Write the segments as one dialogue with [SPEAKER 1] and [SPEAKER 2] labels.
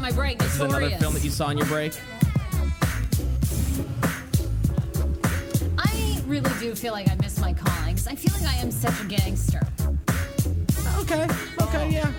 [SPEAKER 1] my break.
[SPEAKER 2] This is another
[SPEAKER 1] Notorious.
[SPEAKER 2] film that you saw on your break.
[SPEAKER 1] I really do feel like I miss my calling 'cause I feel like I am such a gangster.
[SPEAKER 2] Okay. Okay. Yeah.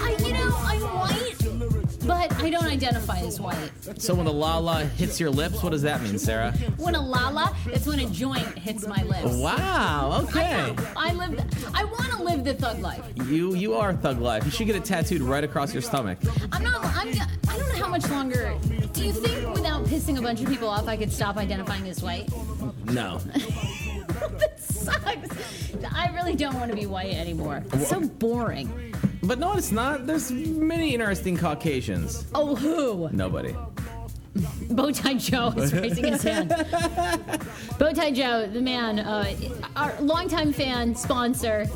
[SPEAKER 1] I, you know, I'm white, but I don't identify as white.
[SPEAKER 2] So when the la la hits your lips, what does that mean, Sarah?
[SPEAKER 1] When a lala, it's when a joint hits my lips.
[SPEAKER 2] Wow. Okay.
[SPEAKER 1] I live. I want to live the thug life.
[SPEAKER 2] You you are thug life. You should get it tattooed right across your stomach.
[SPEAKER 1] I'm not. I'm. I don't know how much longer. Do you think without pissing a bunch of people off, I could stop identifying as white?
[SPEAKER 2] No.
[SPEAKER 1] that sucks. I really don't want to be white anymore. It's so boring.
[SPEAKER 2] But no, it's not. There's many interesting Caucasians.
[SPEAKER 1] Oh, who?
[SPEAKER 2] Nobody.
[SPEAKER 1] Bowtie Joe is raising his hand. Bowtie Joe, the man, uh, our longtime fan, sponsor,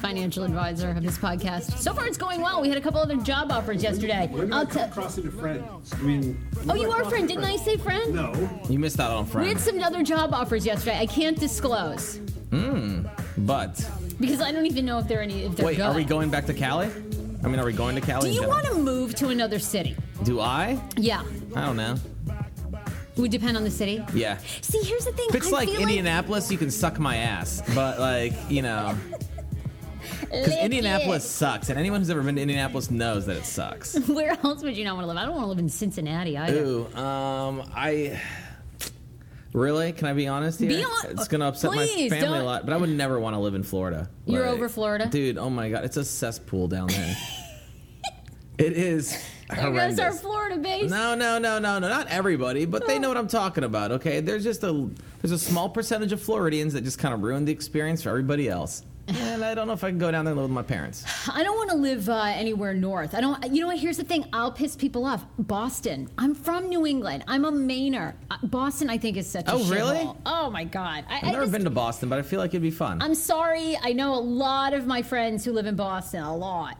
[SPEAKER 1] financial advisor of this podcast. So far, it's going well. We had a couple other job offers yesterday.
[SPEAKER 3] When did
[SPEAKER 1] I'll
[SPEAKER 3] I
[SPEAKER 1] tell.
[SPEAKER 3] come across into friends? I mean,
[SPEAKER 1] Oh,
[SPEAKER 3] when
[SPEAKER 1] you
[SPEAKER 3] did I
[SPEAKER 1] are
[SPEAKER 3] cross
[SPEAKER 1] friend.
[SPEAKER 3] into
[SPEAKER 1] Didn't I say friend?
[SPEAKER 3] No.
[SPEAKER 2] You missed out on
[SPEAKER 1] We had
[SPEAKER 2] friends.
[SPEAKER 1] some other job offers yesterday. I can't disclose
[SPEAKER 2] But
[SPEAKER 1] because I don't even know if they're any. If they're
[SPEAKER 2] wait,
[SPEAKER 1] good.
[SPEAKER 2] are we going back to Cali? I mean, are we going to Cali?
[SPEAKER 1] Do
[SPEAKER 2] in
[SPEAKER 1] you
[SPEAKER 2] general?
[SPEAKER 1] want to move to another city?
[SPEAKER 2] Do I?
[SPEAKER 1] Yeah,
[SPEAKER 2] I don't know.
[SPEAKER 1] would depend on the city.
[SPEAKER 2] Yeah.
[SPEAKER 1] See, here's the thing.
[SPEAKER 2] If it's
[SPEAKER 1] I
[SPEAKER 2] like
[SPEAKER 1] feel
[SPEAKER 2] Indianapolis, you can suck my ass. But like, you know, because
[SPEAKER 1] Lick
[SPEAKER 2] Indianapolis sucks, and anyone who's ever been to Indianapolis knows that it sucks.
[SPEAKER 1] it. Where else would you not want to live? I don't want to live in Cincinnati either.
[SPEAKER 2] Ooh, um, I really can I be honest here?
[SPEAKER 1] Be hon-
[SPEAKER 2] it's gonna upset
[SPEAKER 1] please,
[SPEAKER 2] my family
[SPEAKER 1] don't-
[SPEAKER 2] a lot, but I would never want to live in Florida.
[SPEAKER 1] You're over Florida?
[SPEAKER 2] dude. Oh my god, it's a cesspool down there. it is
[SPEAKER 1] There
[SPEAKER 2] horrendous.
[SPEAKER 1] goes our Florida base.
[SPEAKER 2] No, no, no, no, no. Not everybody, but
[SPEAKER 1] Oh.
[SPEAKER 2] they know what I'm talking about. Okay, there's just a there's a small percentage of Floridians that just kind of ruined the experience for everybody else. And I don't know if I can go down there and live with my parents.
[SPEAKER 1] I don't want to live uh, anywhere north. I don't. You know what? Here's the thing. I'll piss people off. Boston. I'm from New England. I'm a Mainer. Uh, Boston, I think, is such.
[SPEAKER 2] Oh,
[SPEAKER 1] a
[SPEAKER 2] really?
[SPEAKER 1] shithole. Oh my god. I,
[SPEAKER 2] I've
[SPEAKER 1] I
[SPEAKER 2] never
[SPEAKER 1] just-
[SPEAKER 2] been to Boston, but I feel like it'd be fun.
[SPEAKER 1] I'm sorry. I know a lot of my friends who live in Boston. A lot.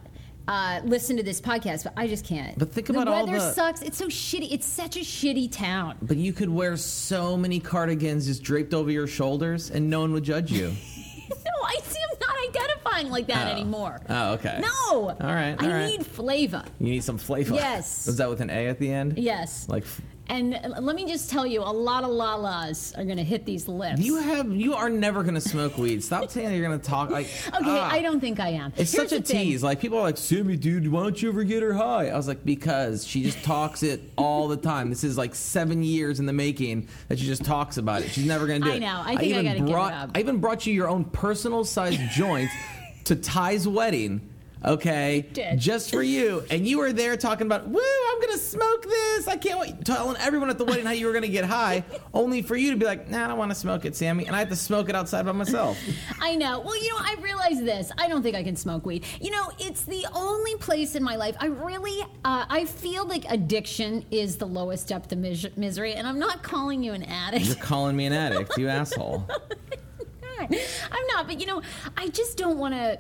[SPEAKER 1] Uh, listen to this podcast, but I just can't.
[SPEAKER 2] But think about
[SPEAKER 1] the
[SPEAKER 2] all
[SPEAKER 1] weather
[SPEAKER 2] the-
[SPEAKER 1] sucks. It's so shitty. It's such a shitty town.
[SPEAKER 2] But you could wear so many cardigans just draped over your shoulders and no one would judge you.
[SPEAKER 1] No, I see. I'm not identifying like that
[SPEAKER 2] Oh.
[SPEAKER 1] anymore.
[SPEAKER 2] Oh, okay.
[SPEAKER 1] No.
[SPEAKER 2] All right,
[SPEAKER 1] I
[SPEAKER 2] all right.
[SPEAKER 1] need flavor.
[SPEAKER 2] You need some flavor.
[SPEAKER 1] Yes.
[SPEAKER 2] Is that with an A at the end?
[SPEAKER 1] Yes.
[SPEAKER 2] Like f-
[SPEAKER 1] And uh, let me just tell you, a lot of lalas are going to hit these lips.
[SPEAKER 2] you have you are never gonna smoke weed. Stop saying you're gonna talk like
[SPEAKER 1] okay,
[SPEAKER 2] ah.
[SPEAKER 1] I don't think I am.
[SPEAKER 2] It's
[SPEAKER 1] Here's
[SPEAKER 2] such a
[SPEAKER 1] the thing.
[SPEAKER 2] tease. Like people are like, Sammy, dude, why don't you ever get her high? I was like, because she just talks it all the time. This is like seven years in the making that she just talks about it. She's never gonna do
[SPEAKER 1] I
[SPEAKER 2] it.
[SPEAKER 1] know. I think I gotta give it
[SPEAKER 2] brought,
[SPEAKER 1] up.
[SPEAKER 2] I even brought you your own personal sized joint to Ty's wedding. Okay,
[SPEAKER 1] did.
[SPEAKER 2] just for you, and you were there talking about, "Woo, I'm gonna smoke this! I can't wait!" Telling everyone at the wedding how you were gonna get high, only for you to be like, "Nah, I don't want to smoke it, Sammy," and I have to smoke it outside by myself.
[SPEAKER 1] I know. Well, you know, I realize this. I don't think I can smoke weed. You know, it's the only place in my life I really, uh, I feel like addiction is the lowest depth of mis- misery. And I'm not calling you an
[SPEAKER 2] You're
[SPEAKER 1] addict.
[SPEAKER 2] calling me an addict, you asshole.
[SPEAKER 1] I'm not. But you know, I just don't want to.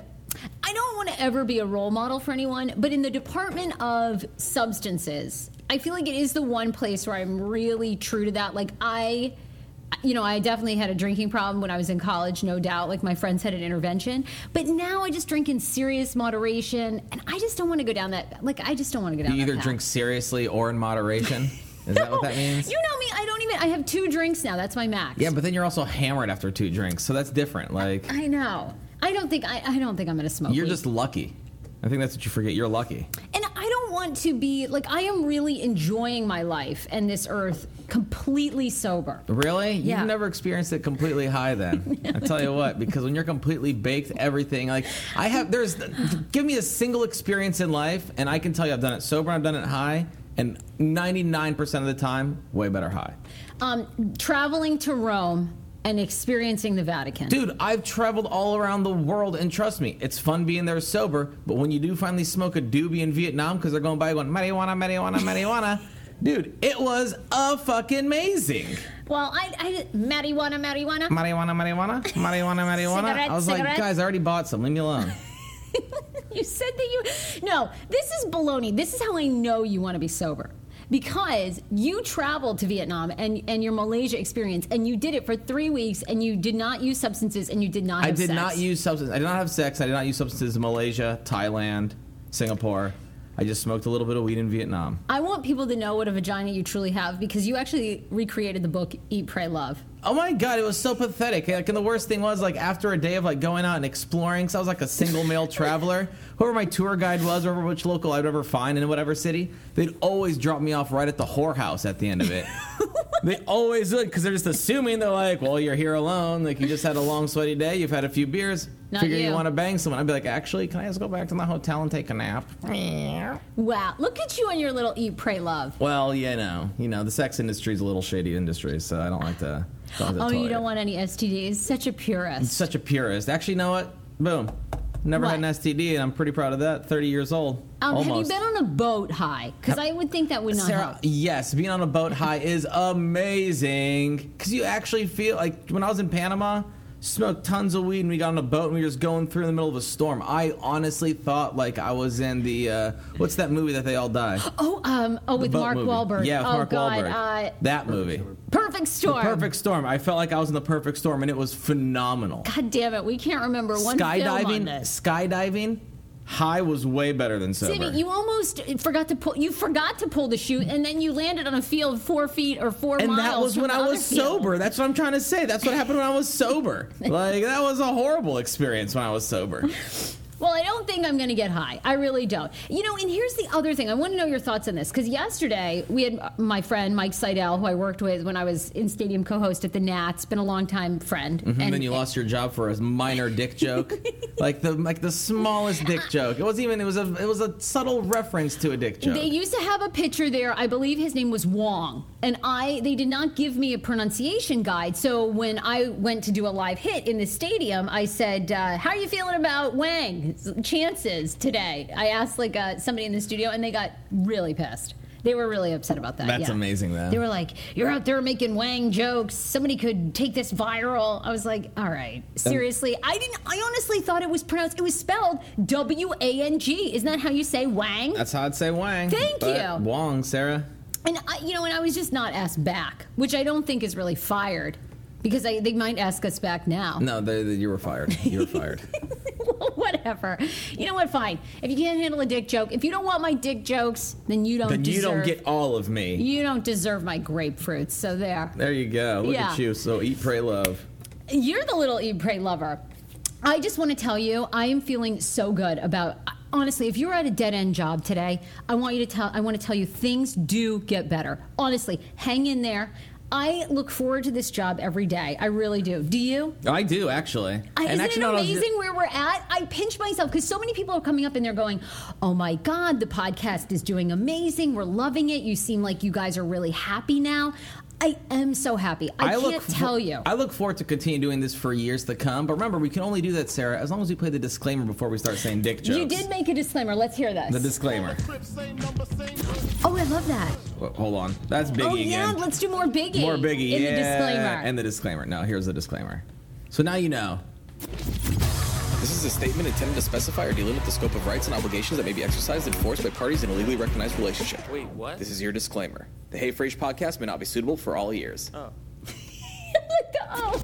[SPEAKER 1] I don't want to ever be a role model for anyone. But in the department of substances, I feel like it is the one place where I'm really true to that. Like I. You know, I definitely had a drinking problem when I was in college, no doubt. Like my friends had an intervention, but now I just drink in serious moderation, and I just don't want to go down that. Like I just don't want to go down.
[SPEAKER 2] You
[SPEAKER 1] that
[SPEAKER 2] either
[SPEAKER 1] path.
[SPEAKER 2] drink seriously or in moderation. Is that what that means?
[SPEAKER 1] You know me. I don't even. I have two drinks now. That's my max.
[SPEAKER 2] yeah, but then you're also hammered after two drinks, so that's different. Like
[SPEAKER 1] I know. I don't think. I, I don't think I'm going to smoke.
[SPEAKER 2] you're
[SPEAKER 1] weed.
[SPEAKER 2] just lucky. I think that's what you forget. You're lucky.
[SPEAKER 1] And I don't want to be like I am really enjoying my life and this earth completely sober.
[SPEAKER 2] Really?
[SPEAKER 1] Yeah.
[SPEAKER 2] You've never experienced it completely high then. I tell you what, because when you're completely baked everything, like I have there's give me a single experience in life and I can tell you I've done it sober, I've done it high, and 99% of the time, way better high.
[SPEAKER 1] Um, traveling to Rome and experiencing the Vatican.
[SPEAKER 2] Dude, I've traveled all around the world, and trust me, it's fun being there sober. But when you do finally smoke a doobie in Vietnam because they're going by going marijuana, marijuana, marijuana, dude, it was a fucking amazing.
[SPEAKER 1] Well, I, I marijuana, marijuana.
[SPEAKER 2] Marijuana, marijuana, marijuana, marijuana.
[SPEAKER 1] Cigarette,
[SPEAKER 2] I was
[SPEAKER 1] cigarette.
[SPEAKER 2] like, guys, I already bought some. Leave me alone.
[SPEAKER 1] You said that you no. This is baloney. This is how I know you want to be sober because you traveled to Vietnam and and your Malaysia experience and you did it for three weeks and you did not use substances and you did not.
[SPEAKER 2] I
[SPEAKER 1] Have
[SPEAKER 2] did
[SPEAKER 1] sex.
[SPEAKER 2] not use substance. I did not have sex. I did not use substances in Malaysia, Thailand, Singapore. I just smoked a little bit of weed in Vietnam.
[SPEAKER 1] I want people to know what a vagina you truly have because you actually recreated the book Eat, Pray, Love.
[SPEAKER 2] Oh my god, it was so pathetic. Like, and the worst thing was, like, after a day of like going out and exploring, so I was like a single male traveler. Whoever my tour guide was, whoever which local I'd ever find in whatever city, they'd always drop me off right at the whorehouse at the end of it. they always would because they're just assuming they're like, well, you're here alone. Like you just had a long sweaty day, you've had a few beers.
[SPEAKER 1] Not
[SPEAKER 2] figure you,
[SPEAKER 1] you.
[SPEAKER 2] want to bang someone. I'd be like, actually, can I just go back to the hotel and take a nap?
[SPEAKER 1] Wow. Look at you and your little Eat, Pray, Love.
[SPEAKER 2] Well, you know, you know, the sex industry's a little shady industry, so I don't like to. Don't like to
[SPEAKER 1] Oh, you
[SPEAKER 2] tolerate it.
[SPEAKER 1] don't want any STDs. Such a purist.
[SPEAKER 2] such a purist. Actually, you know what? Boom. Never had an
[SPEAKER 1] What?
[SPEAKER 2] STD, and I'm pretty proud of that. 30 years old.
[SPEAKER 1] Um, have you
[SPEAKER 2] almost.
[SPEAKER 1] been on a boat high? Because I would think that would not
[SPEAKER 2] Sarah,
[SPEAKER 1] help.
[SPEAKER 2] yes, being on a boat high is amazing because you actually feel like when I was in Panama, smoked tons of weed, and we got on a boat and we were just going through in the middle of a storm. I honestly thought like I was in the uh, what's that movie that they all die?
[SPEAKER 1] Oh, um, oh, with
[SPEAKER 2] Boat
[SPEAKER 1] Mark
[SPEAKER 2] movie.
[SPEAKER 1] Wahlberg.
[SPEAKER 2] Yeah, with
[SPEAKER 1] oh
[SPEAKER 2] Mark
[SPEAKER 1] God,
[SPEAKER 2] Wahlberg.
[SPEAKER 1] uh,
[SPEAKER 2] that movie.
[SPEAKER 1] Perfect Storm.
[SPEAKER 2] Perfect storm. I felt like I was in the perfect storm, and it was phenomenal.
[SPEAKER 1] God damn it, we can't remember one film on
[SPEAKER 2] skydiving,
[SPEAKER 1] this.
[SPEAKER 2] skydiving, high was way better than sober.
[SPEAKER 1] Timmy, you almost forgot to pull. You forgot to pull the chute, and then you landed on a field four feet or four
[SPEAKER 2] and
[SPEAKER 1] miles.
[SPEAKER 2] that was
[SPEAKER 1] from
[SPEAKER 2] when
[SPEAKER 1] the
[SPEAKER 2] I
[SPEAKER 1] other
[SPEAKER 2] was
[SPEAKER 1] field.
[SPEAKER 2] sober. That's what I'm trying to say. That's what happened when I was sober. Like that was a horrible experience when I was sober.
[SPEAKER 1] Well, I don't think I'm going to get high. I really don't. You know, and here's the other thing. I want to know your thoughts on this because yesterday we had my friend Mike Seidel, who I worked with when I was in stadium co-host at the Nats, been a longtime friend.
[SPEAKER 2] And then you lost your job for a minor dick joke, like the like the smallest dick joke. It wasn't even. It was a it was a subtle reference to a dick joke.
[SPEAKER 1] They used to have a pitcher there. I believe his name was Wong. And I they did not give me a pronunciation guide. So when I went to do a live hit in the stadium, I said, uh, "How are you feeling about Wang's chances today?" I asked like uh, somebody in the studio, and they got really pissed. They were really upset about that.
[SPEAKER 2] That's
[SPEAKER 1] yeah.
[SPEAKER 2] amazing, though.
[SPEAKER 1] They were like, "You're out there making Wang jokes. Somebody could take this viral." I was like, "All
[SPEAKER 2] Um,
[SPEAKER 1] right, seriously." I didn't. I honestly thought it was pronounced. It was spelled W A N G. Isn't that how you say Wang?
[SPEAKER 2] That's how I'd say Wang.
[SPEAKER 1] Thank
[SPEAKER 2] But
[SPEAKER 1] you.
[SPEAKER 2] Wong, Sarah.
[SPEAKER 1] And I, you know, and I was just not asked back, which I don't think is really fired, because I, they might ask us back now.
[SPEAKER 2] No, they, they- you were fired. You were fired.
[SPEAKER 1] Whatever. You know what? Fine. If you can't handle a dick joke, if you don't want my dick jokes, then you don't.
[SPEAKER 2] then
[SPEAKER 1] deserve,
[SPEAKER 2] you don't get all of me.
[SPEAKER 1] You don't deserve my grapefruits. So there.
[SPEAKER 2] there you go. Look
[SPEAKER 1] Yeah.
[SPEAKER 2] at you. So eat, pray, love.
[SPEAKER 1] You're the little eat pray lover. I just want to tell you, I am feeling so good about. Honestly, if you're at a dead end job today, I want you to tell. I want to tell you things do get better. Honestly, hang in there. I look forward to this job every day. I really do. Do you?
[SPEAKER 2] I do actually.
[SPEAKER 1] I- Uh, Isn't
[SPEAKER 2] actually,
[SPEAKER 1] it
[SPEAKER 2] no, no,
[SPEAKER 1] amazing where we're at? I pinch myself because so many people are coming up and they're going, "Oh my god, the podcast is doing amazing. We're loving it. You seem like you guys are really happy now." I am so happy. I, can't
[SPEAKER 2] for-
[SPEAKER 1] tell you.
[SPEAKER 2] I look forward to continue doing this for years to come. But remember, we can only do that, Sarah, as long as we play the disclaimer before we start saying dick jokes.
[SPEAKER 1] you did make a disclaimer. Let's hear this.
[SPEAKER 2] the disclaimer.
[SPEAKER 1] Oh, I love that.
[SPEAKER 2] Well, hold on, that's Biggie
[SPEAKER 1] oh, yeah.
[SPEAKER 2] again.
[SPEAKER 1] Let's do more Biggie.
[SPEAKER 2] More Biggie.
[SPEAKER 1] In
[SPEAKER 2] yeah.
[SPEAKER 1] the disclaimer.
[SPEAKER 2] And the disclaimer. Now here's the disclaimer. So now you know.
[SPEAKER 4] This is a statement intended to specify or delimit the scope of rights and obligations that may be exercised and enforced by parties in a legally recognized relationship.
[SPEAKER 5] Wait, what?
[SPEAKER 4] This is your disclaimer. The Hey Frage podcast may not be suitable for all ears.
[SPEAKER 1] oh.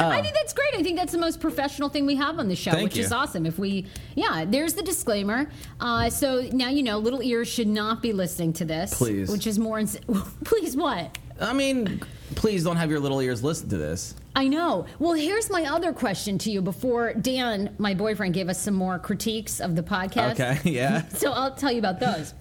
[SPEAKER 1] I think that's great. I think that's the most professional thing we have on the show,
[SPEAKER 2] Thank
[SPEAKER 1] which is
[SPEAKER 2] you.
[SPEAKER 1] awesome. If we, yeah, there's the disclaimer. Uh, so now you know, little ears should not be listening to this.
[SPEAKER 2] Please.
[SPEAKER 1] Which is more, ins- please what?
[SPEAKER 2] I mean, please don't have your little ears listen to this.
[SPEAKER 1] I know. Well, here's my other question to you before Dan, my boyfriend, gave us some more critiques of the podcast.
[SPEAKER 2] Okay. Yeah.
[SPEAKER 1] So I'll tell you about those.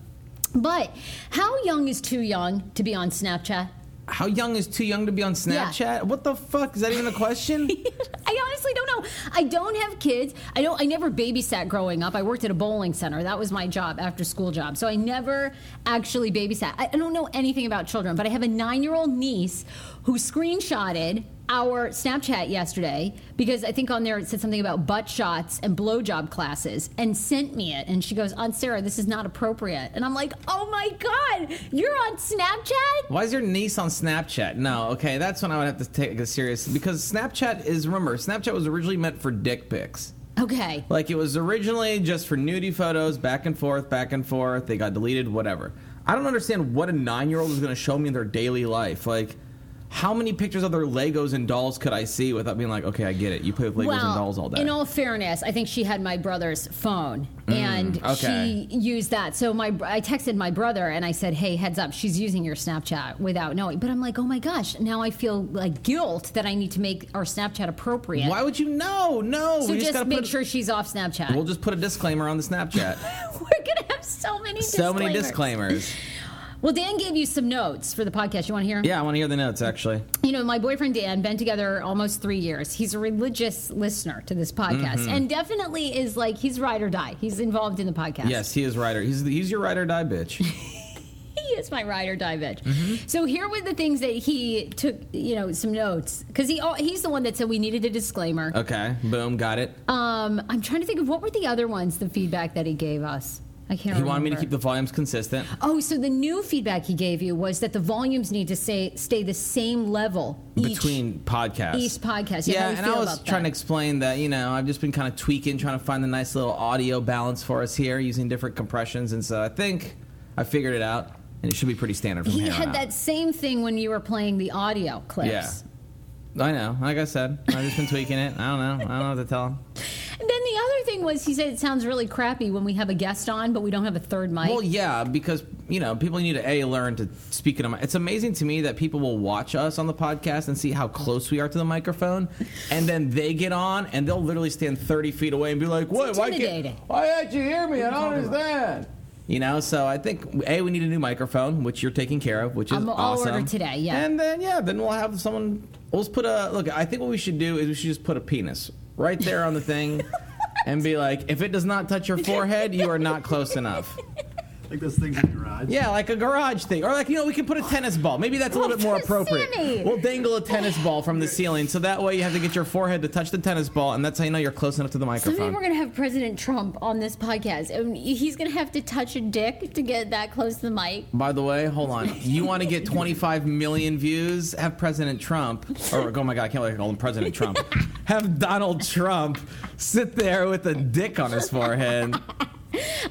[SPEAKER 1] But how young is too young to be on Snapchat?
[SPEAKER 2] How young is too young to be on
[SPEAKER 1] Yeah.
[SPEAKER 2] Snapchat? What the fuck is that even a question?
[SPEAKER 1] I honestly don't know. I don't have kids. I don't. I never babysat growing up. I worked at a bowling center. That was my job, after school job. So I never actually babysat. I, I don't know anything about children, but I have a nine year old niece who screenshotted our Snapchat yesterday because I think on there it said something about butt shots and blowjob classes and sent me it. And she goes, "Aunt Sarah, this is not appropriate." And I'm like, "Oh my god, you're on Snapchat."
[SPEAKER 2] Why is your niece on Snapchat? No, okay, that's when I would have to take a serious because Snapchat is remember, Snapchat was originally meant for dick pics.
[SPEAKER 1] Okay.
[SPEAKER 2] Like it was originally just for nudie photos, back and forth, back and forth. They got deleted, whatever. I don't understand what a nine year old is going to show me in their daily life. Like, how many pictures of their Legos and dolls could I see without being like, okay, I get it. You play with Legos and dolls all day. Mm,
[SPEAKER 1] In all fairness, I think she had my brother's phone and
[SPEAKER 2] okay.
[SPEAKER 1] she used that. So my br- I texted my brother and I said, "Hey, heads up, she's using your Snapchat without knowing." But I'm like, "Oh my gosh, now I feel like guilt that I need to make our Snapchat appropriate."
[SPEAKER 2] Why would you know? No,
[SPEAKER 1] so
[SPEAKER 2] we
[SPEAKER 1] just,
[SPEAKER 2] just, gotta
[SPEAKER 1] make
[SPEAKER 2] put.
[SPEAKER 1] sure she's off Snapchat.
[SPEAKER 2] We'll just put a disclaimer on the Snapchat.
[SPEAKER 1] We're going to have so many
[SPEAKER 2] so many
[SPEAKER 1] disclaimers.
[SPEAKER 2] disclaimers.
[SPEAKER 1] Well, Dan gave you some notes for the podcast. You want to hear 'em?
[SPEAKER 2] Yeah, I want to hear the notes actually.
[SPEAKER 1] you know, my boyfriend Dan, been together almost three years. He's a religious listener to this podcast
[SPEAKER 2] Mm-hmm.
[SPEAKER 1] and definitely is like, he's ride or die. He's involved in the podcast.
[SPEAKER 2] Yes, he is rider. He's he's your ride or die bitch.
[SPEAKER 1] He is my ride or die bitch.
[SPEAKER 2] Mm-hmm.
[SPEAKER 1] So here were the things that he took, you know, some notes because he al- he's the one that said we needed a disclaimer.
[SPEAKER 2] Okay, boom, got it.
[SPEAKER 1] Um, I'm trying to think of what were the other ones, the feedback that he gave us. I can't
[SPEAKER 2] he
[SPEAKER 1] remember.
[SPEAKER 2] wanted me to keep the volumes consistent.
[SPEAKER 1] Oh, so the new feedback he gave you was that the volumes need to stay stay the same level each-
[SPEAKER 2] between podcasts.
[SPEAKER 1] each podcast. Yeah, how
[SPEAKER 2] Yeah,
[SPEAKER 1] do you
[SPEAKER 2] and
[SPEAKER 1] feel
[SPEAKER 2] I was
[SPEAKER 1] about
[SPEAKER 2] trying
[SPEAKER 1] that?
[SPEAKER 2] to explain that, you know, I've just been kind of tweaking, trying to find the nice little audio balance for us here using different compressions. And so I think I figured it out, and it should be pretty standard from
[SPEAKER 1] He
[SPEAKER 2] here on
[SPEAKER 1] had
[SPEAKER 2] out.
[SPEAKER 1] that same thing when you were playing the audio clips.
[SPEAKER 2] Yeah. I know. Like I said, I've just been tweaking it. I don't know. I don't know what to tell him.
[SPEAKER 1] And then the other thing was he said it sounds really crappy when we have a guest on, but we don't have a third mic.
[SPEAKER 2] Well, yeah, because you know people need to a learn to speak in a. mi- It's amazing to me that people will watch us on the podcast and see how close we are to the microphone, and then they get on and they'll literally stand thirty feet away and be like, "What? Why
[SPEAKER 1] intimidating.
[SPEAKER 2] can't? Why can't you hear me? I don't understand." You know, so I think a we need a new microphone, which you're taking care of, which is
[SPEAKER 1] I'm- I'll
[SPEAKER 2] awesome.
[SPEAKER 1] order today, yeah.
[SPEAKER 2] and then yeah, then we'll have someone. We'll just put a look. I think what we should do is we should just put a penis right there on the thing. And be like, if it does not touch your forehead, you are not close enough.
[SPEAKER 3] Like those things in your garage.
[SPEAKER 2] Yeah, like a garage thing, or like you know, we can put a tennis ball. Maybe that's a little bit more appropriate.
[SPEAKER 1] Sammy!
[SPEAKER 2] We'll dangle a tennis ball from the ceiling, so that way you have to get your forehead to touch the tennis ball, and that's how you know you're close enough to the
[SPEAKER 1] Someday
[SPEAKER 2] microphone.
[SPEAKER 1] we're gonna have President Trump on this podcast, and he's gonna have to touch a dick to get that close to the mic.
[SPEAKER 2] By the way, hold on. You want to get 25 million views? Have President Trump, or oh my god, I can't wait to call him President Trump. have Donald Trump sit there with a dick on his forehead.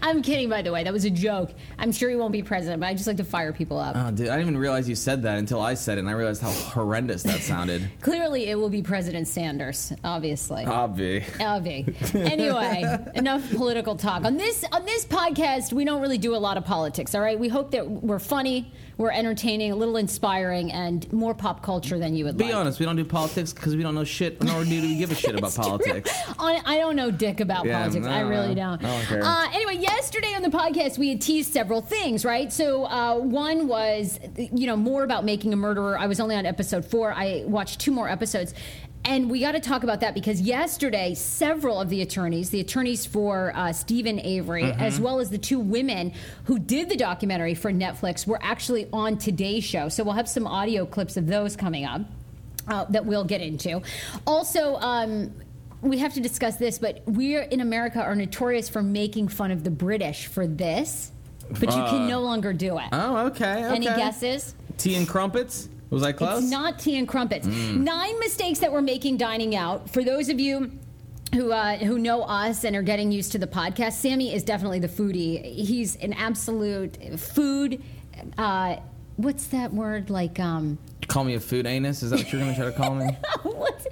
[SPEAKER 1] I'm kidding, by the way. That was a joke. I'm sure he won't be president, but I just like to fire people up.
[SPEAKER 2] Oh, dude, I didn't even realize you said that until I said it, and I realized how horrendous that sounded.
[SPEAKER 1] Clearly, it will be President Sanders, obviously.
[SPEAKER 2] Oh, Obvi.
[SPEAKER 1] Elvie. Anyway, enough political talk. On this on this podcast, we don't really do a lot of politics, all right? We hope that we're funny, we're entertaining, a little inspiring, and more pop culture than you would
[SPEAKER 2] Be
[SPEAKER 1] like.
[SPEAKER 2] honest, we don't do politics because we don't know shit, nor do we give a shit about politics.
[SPEAKER 1] On, I don't know dick about
[SPEAKER 2] Yeah,
[SPEAKER 1] politics.
[SPEAKER 2] no,
[SPEAKER 1] I really
[SPEAKER 2] no.
[SPEAKER 1] don't.
[SPEAKER 2] I don't care.
[SPEAKER 1] Uh, anyway, yesterday on the podcast, we had teased several things, right? So uh, one was, you know, more about making a murderer. I was only on episode four. I watched two more episodes. And we got to talk about that because yesterday, several of the attorneys, the attorneys for uh, Stephen Avery,
[SPEAKER 2] Mm-hmm.
[SPEAKER 1] as well as the two women who did the documentary for Netflix, were actually on today's show. So we'll have some audio clips of those coming up uh, that we'll get into. Also, um, we have to discuss this, but we're in America are notorious for making fun of the British for this, but you can
[SPEAKER 2] Uh,
[SPEAKER 1] no longer do it.
[SPEAKER 2] Oh, okay.
[SPEAKER 1] Any
[SPEAKER 2] okay.
[SPEAKER 1] guesses?
[SPEAKER 2] Tea and crumpets? Was I close?
[SPEAKER 1] It's not tea and crumpets. Nine mistakes that we're making dining out. For those of you who uh, who know us and are getting used to the podcast, Sammy is definitely the foodie. He's an absolute food. Uh, what's that word like? Um,
[SPEAKER 2] call me a food anus? Is that what you're going to try to call me?
[SPEAKER 1] What's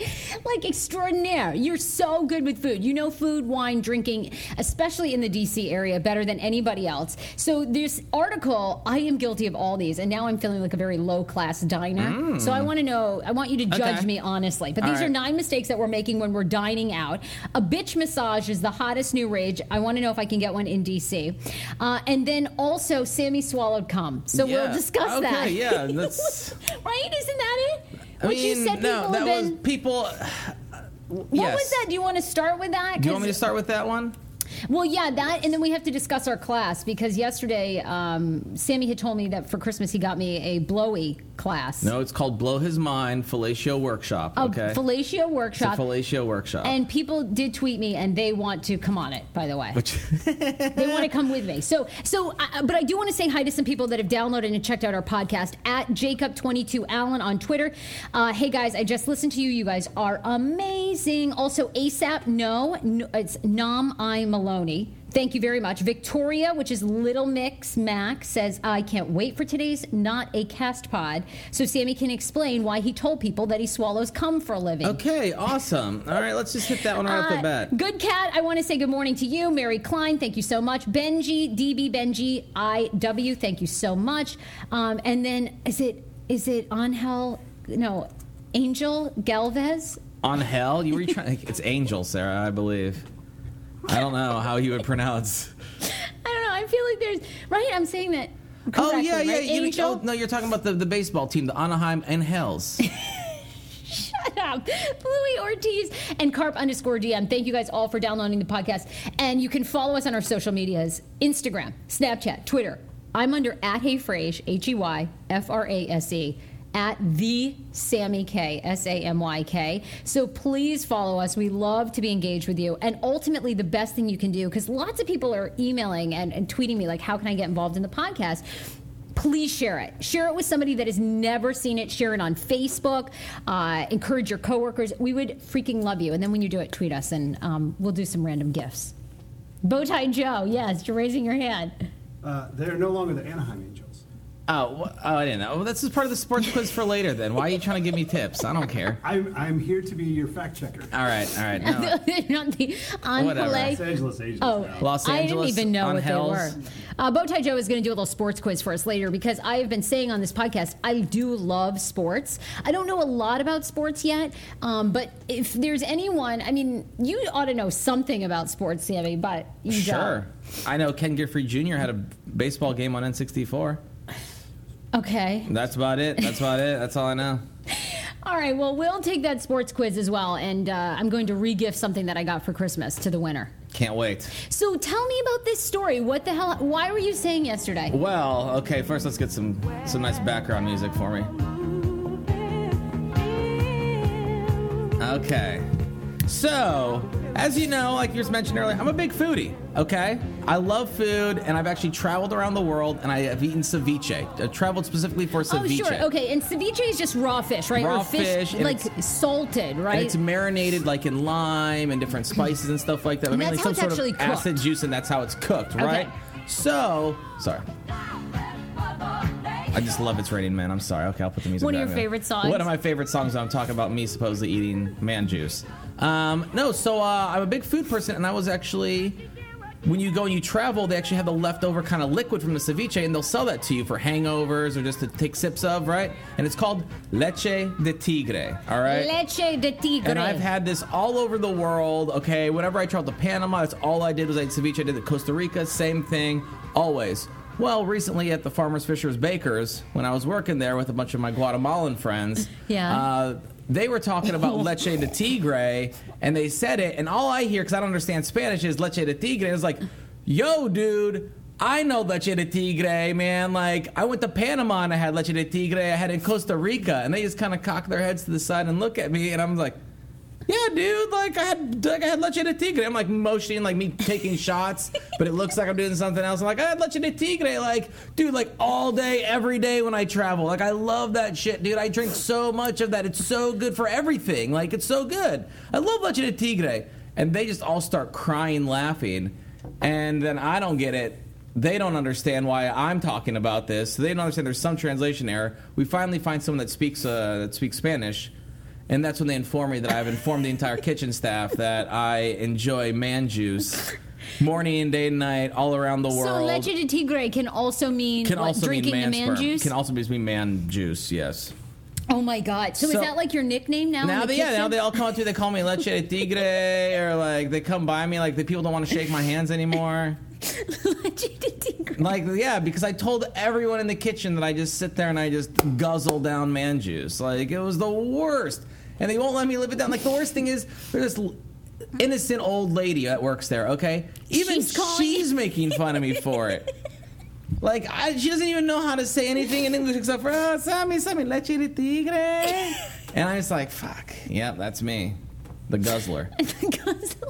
[SPEAKER 1] like extraordinaire? You're so good with food. You know food, wine, drinking, especially in the DC area, better than anybody else. So this article, I am guilty of all these, and now I'm feeling like a very low class diner. So I want to know. I want you to judge
[SPEAKER 2] Mm. Okay.
[SPEAKER 1] me honestly. But
[SPEAKER 2] All
[SPEAKER 1] these are
[SPEAKER 2] right.
[SPEAKER 1] nine mistakes that we're making when we're dining out. A bitch massage is the hottest new rage. I want to know if I can get one in DC. Uh, and then also, Sammy swallowed cum. So
[SPEAKER 2] Yeah.
[SPEAKER 1] we'll discuss
[SPEAKER 2] okay,
[SPEAKER 1] that.
[SPEAKER 2] yeah. That's,
[SPEAKER 1] Right? Isn't that it?
[SPEAKER 2] I
[SPEAKER 1] What
[SPEAKER 2] mean,
[SPEAKER 1] you said
[SPEAKER 2] no,
[SPEAKER 1] people
[SPEAKER 2] that
[SPEAKER 1] have been.
[SPEAKER 2] was people. What
[SPEAKER 1] What was that? Do you want to start with that?
[SPEAKER 2] Do you want me to
[SPEAKER 1] 'Cause-
[SPEAKER 2] start with that one?
[SPEAKER 1] Well, yeah, that, and then we have to discuss our class because yesterday um, Sammy had told me that for Christmas he got me a blowy class,
[SPEAKER 2] No, it's called Blow His Mind Fellatio Workshop.
[SPEAKER 1] a
[SPEAKER 2] Okay.
[SPEAKER 1] Oh, fellatio
[SPEAKER 2] it's a
[SPEAKER 1] workshop.
[SPEAKER 2] fellatio workshop.
[SPEAKER 1] and people did tweet me, and they want to come on it. By the way, they want to come with me. So, so, I, but I do want to say hi to some people that have downloaded and checked out our podcast at Jacob22Allen on Twitter. Uh, hey guys, I just listened to you. You guys are amazing. Also, ASAP, no, no it's Nom I Maloney. Thank you very much. Victoria, which is Little Mix Max, says, I can't wait for today's not a cast pod so Sammy can explain why he told people that he swallows cum for a living.
[SPEAKER 2] Okay, awesome. All right, let's just hit that one right off the
[SPEAKER 1] Uh,
[SPEAKER 2] bat.
[SPEAKER 1] Good cat, I want to say good morning to you, Mary Klein. Thank you so much, Benji DB Benji IW. Thank you so much. Um, and then is it is it Angel? No, Angel Galvez.
[SPEAKER 2] On hell, you were trying. It's Angel, Sarah, I believe. I don't know how you would pronounce.
[SPEAKER 1] I don't know. I feel like there's right. I'm saying that.
[SPEAKER 2] oh yeah,
[SPEAKER 1] correctly,
[SPEAKER 2] yeah.
[SPEAKER 1] right?
[SPEAKER 2] You,
[SPEAKER 1] Angel.
[SPEAKER 2] oh, no, you're talking about the, the baseball team, the Anaheim and Hells.
[SPEAKER 1] Shut up. Louis Ortiz and Carp underscore DM. Thank you guys all for downloading the podcast. And you can follow us on our social medias Instagram, Snapchat, Twitter. I'm under at HeyFrase, H E Y F R A S E. At the Sammy K, S A M Y K. So please follow us. We love to be engaged with you. And ultimately, the best thing you can do, because lots of people are emailing and, and tweeting me, like, how can I get involved in the podcast? please share it. Share it with somebody that has never seen it. Share it on Facebook. Uh, encourage your coworkers. We would freaking love you. And then when you do it, tweet us and um, we'll do some random gifts. Bowtie Joe, yes, you're raising your hand.
[SPEAKER 3] Uh, they're no longer the Anaheim Angels.
[SPEAKER 2] Oh, wh- oh, I didn't know. Well, this is part of the sports quiz for later. Then why are you trying to give me tips? I don't care.
[SPEAKER 3] I'm, I'm here to be your fact checker.
[SPEAKER 2] All right, all right. No.
[SPEAKER 1] Not the on
[SPEAKER 2] Whatever.
[SPEAKER 1] play.
[SPEAKER 3] Los Angeles Angels.
[SPEAKER 1] Oh,
[SPEAKER 3] now.
[SPEAKER 2] Los
[SPEAKER 1] I didn't
[SPEAKER 2] Angeles
[SPEAKER 1] even know
[SPEAKER 2] on
[SPEAKER 1] what
[SPEAKER 2] Hells.
[SPEAKER 1] they were. Uh, Bowtie Joe is going to do a little sports quiz for us later because I have been saying on this podcast I do love sports. I don't know a lot about sports yet, um, but if there's anyone, I mean, you ought to know something about sports, Sammy. But you
[SPEAKER 2] Sure. I know Ken Giffrey Jr. had a baseball game on N64.
[SPEAKER 1] don't. Okay.
[SPEAKER 2] That's about it. That's about it. That's all I know.
[SPEAKER 1] All right. Well, we'll take that sports quiz as well, and uh, I'm going to regift something that I got for Christmas to the winner.
[SPEAKER 2] Can't wait.
[SPEAKER 1] So tell me about this story. What the hell? Why were you saying yesterday?
[SPEAKER 2] Well, okay. First, let's get some some nice background music for me. Okay. So, as you know, like you just mentioned earlier, I'm a big foodie. Okay, I love food, and I've actually traveled around the world, and I have eaten ceviche. I traveled specifically for ceviche.
[SPEAKER 1] Oh, sure. Okay. And ceviche is just raw fish, right?
[SPEAKER 2] Raw
[SPEAKER 1] or
[SPEAKER 2] fish, and
[SPEAKER 1] like
[SPEAKER 2] it's-
[SPEAKER 1] salted,
[SPEAKER 2] And
[SPEAKER 1] right?
[SPEAKER 2] it's marinated like in lime and different spices and stuff like that. I mean,
[SPEAKER 1] that's
[SPEAKER 2] like
[SPEAKER 1] how
[SPEAKER 2] some
[SPEAKER 1] it's
[SPEAKER 2] sort
[SPEAKER 1] actually
[SPEAKER 2] of
[SPEAKER 1] cooked.
[SPEAKER 2] acid juice, and that's how it's cooked, right? So, sorry. I just love It's Raining Men. I'm sorry. Okay, I'll put the music
[SPEAKER 1] One of
[SPEAKER 2] back
[SPEAKER 1] your
[SPEAKER 2] on.
[SPEAKER 1] favorite songs.
[SPEAKER 2] One of my favorite songs when I'm talking about me supposedly eating man juice. Um, no, so uh, I'm a big food person, and I was actually. When you go and you travel, they actually have the leftover kind of liquid from the ceviche, and they'll sell that to you for hangovers or just to take sips of, right? And it's called leche de tigre, all right?
[SPEAKER 1] Leche de tigre.
[SPEAKER 2] And I've had this all over the world. Okay, whenever I traveled to Panama, that's all I did was I ate ceviche. I did it Costa Rica, same thing, always. Well, recently at the Farmers Fishers Bakers, when I was working there with a bunch of my Guatemalan friends,
[SPEAKER 1] Yeah.
[SPEAKER 2] uh, they were talking about leche de tigre, and they said it, and all I hear because I don't understand Spanish is leche de tigre. And it's like, yo, dude. I know leche de tigre, man. Like, I went to Panama and I had leche de tigre. I had it in Costa Rica, and they just kind of cock their heads to the side and look at me, and I'm like, yeah, dude. Like I had, like I had leche de tigre. I'm like motioning, like me taking shots, but it looks like I'm doing something else. I'm like, I had leche de tigre. Like, dude, like all day, every day when I travel. Like, I love that shit, dude. I drink so much of that. It's so good for everything. Like, it's so good. I love leche de tigre. And they just all start crying, laughing, and then I don't get it they don't understand why I'm talking about this. They don't understand there's some translation error. We finally find someone that speaks uh, that speaks Spanish, and that's when they inform me that I've informed the entire kitchen staff that I enjoy man juice, morning and day and night, all around the
[SPEAKER 1] so
[SPEAKER 2] world.
[SPEAKER 1] leche de tigre can also mean
[SPEAKER 2] can
[SPEAKER 1] what,
[SPEAKER 2] also
[SPEAKER 1] drinking
[SPEAKER 2] mean man,
[SPEAKER 1] the man
[SPEAKER 2] sperm.
[SPEAKER 1] juice.
[SPEAKER 2] Can also be man juice. Yes.
[SPEAKER 1] oh my god! So, is
[SPEAKER 2] So-
[SPEAKER 1] that like your nickname now? in
[SPEAKER 2] Now
[SPEAKER 1] the
[SPEAKER 2] they, yeah, now
[SPEAKER 1] kitchen?
[SPEAKER 2] they all come up to me. They call me leche de tigre, or like they come by me. Like the people don't want to shake my hands anymore.
[SPEAKER 1] leche de tigre.
[SPEAKER 2] Like, yeah, because I told everyone in the kitchen that I just sit there and I just guzzle down man juice. Like, it was the worst. And they won't let me live it down. Like, the worst thing is, there's this l- innocent old lady that works there, okay? Even
[SPEAKER 1] She's calling-
[SPEAKER 2] she's making fun of me for it. Like, I, she doesn't even know how to say anything in English except for, oh, Sammy, Sammy, leche de tigre. and I'm just like, fuck. Yep, that's me. The guzzler.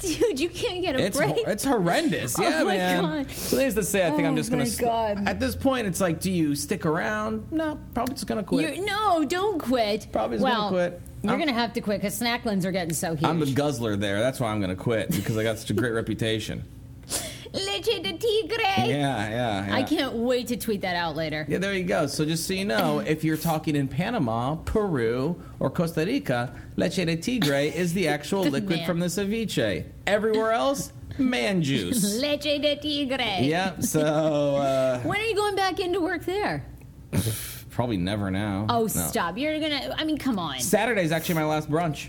[SPEAKER 1] Dude, you can't get a
[SPEAKER 2] It's
[SPEAKER 1] break.
[SPEAKER 2] hor- it's horrendous.
[SPEAKER 1] Oh
[SPEAKER 2] Yeah,
[SPEAKER 1] my
[SPEAKER 2] man.
[SPEAKER 1] God.
[SPEAKER 2] So there's to say, I think
[SPEAKER 1] Oh
[SPEAKER 2] I'm just
[SPEAKER 1] my
[SPEAKER 2] gonna. sl-
[SPEAKER 1] God.
[SPEAKER 2] At this point, it's like, do you stick around? No, probably just gonna quit.
[SPEAKER 1] You're- no, don't quit.
[SPEAKER 2] Probably just
[SPEAKER 1] well,
[SPEAKER 2] gonna quit.
[SPEAKER 1] You're
[SPEAKER 2] I'm-
[SPEAKER 1] gonna have to quit because snack lines are getting so huge.
[SPEAKER 2] I'm the guzzler there. That's why I'm gonna quit because I got such a great reputation.
[SPEAKER 1] Leche de tigre.
[SPEAKER 2] yeah, yeah.
[SPEAKER 1] I can't wait to tweet that out later.
[SPEAKER 2] Yeah, there you go. So just so you know, if you're talking in Panama, Peru, or Costa Rica, leche de tigre is the actual liquid
[SPEAKER 1] man.
[SPEAKER 2] from the ceviche. Everywhere else, man juice.
[SPEAKER 1] Leche de tigre.
[SPEAKER 2] Yep. So uh,
[SPEAKER 1] When are you going back into work there?
[SPEAKER 2] probably never now.
[SPEAKER 1] Oh,
[SPEAKER 2] No.
[SPEAKER 1] stop. You're gonna. I mean, come on.
[SPEAKER 2] Saturday's actually my last brunch.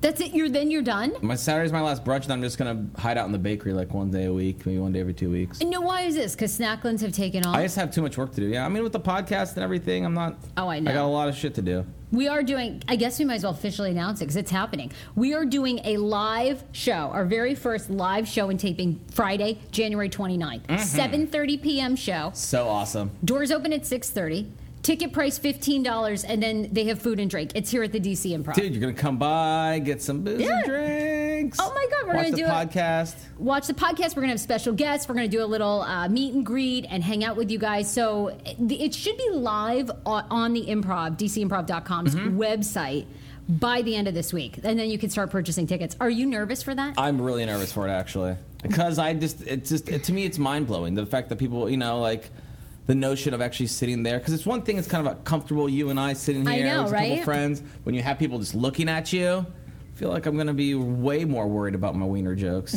[SPEAKER 1] That's it. You're then you're done.
[SPEAKER 2] My Saturday's my last brunch, and I'm just gonna hide out in the bakery like one day a week, maybe one day every two weeks.
[SPEAKER 1] And no, why is this? Because Snacklands have taken off.
[SPEAKER 2] I just have too much work to do. Yeah, I mean with the podcast and everything, I'm not.
[SPEAKER 1] Oh, I
[SPEAKER 2] I got
[SPEAKER 1] know.
[SPEAKER 2] a lot of shit to do.
[SPEAKER 1] We are doing, I guess we might as well officially announce it because it's happening. We are doing a live show, our very first live show and taping Friday, January 29th.
[SPEAKER 2] Mm-hmm.
[SPEAKER 1] 7.30 p.m. show.
[SPEAKER 2] So awesome.
[SPEAKER 1] Doors open at 6.30. Ticket price $15 and then they have food and drink. It's here at the DC Improv.
[SPEAKER 2] Dude, you're gonna come by, get some booze
[SPEAKER 1] Yeah.
[SPEAKER 2] and drinks.
[SPEAKER 1] Oh my God, we're
[SPEAKER 2] Watch
[SPEAKER 1] gonna
[SPEAKER 2] the
[SPEAKER 1] do it.
[SPEAKER 2] podcast.
[SPEAKER 1] Watch the podcast. We're going to have special guests. We're going to do a little uh, meet and greet and hang out with you guys. So it, it should be live on, on the improv, dcimprov.com's website by the end of this week. And then you can start purchasing tickets. Are you nervous for that?
[SPEAKER 2] I'm really nervous for it actually because I just it's just it, to me it's mind blowing the fact that people you know like the notion of actually sitting there because it's one thing it's kind of a comfortable you and I sitting
[SPEAKER 1] I
[SPEAKER 2] here
[SPEAKER 1] know,
[SPEAKER 2] with a
[SPEAKER 1] right?
[SPEAKER 2] couple friends when you have people just looking at you. I feel like I'm gonna be way more worried about my wiener jokes.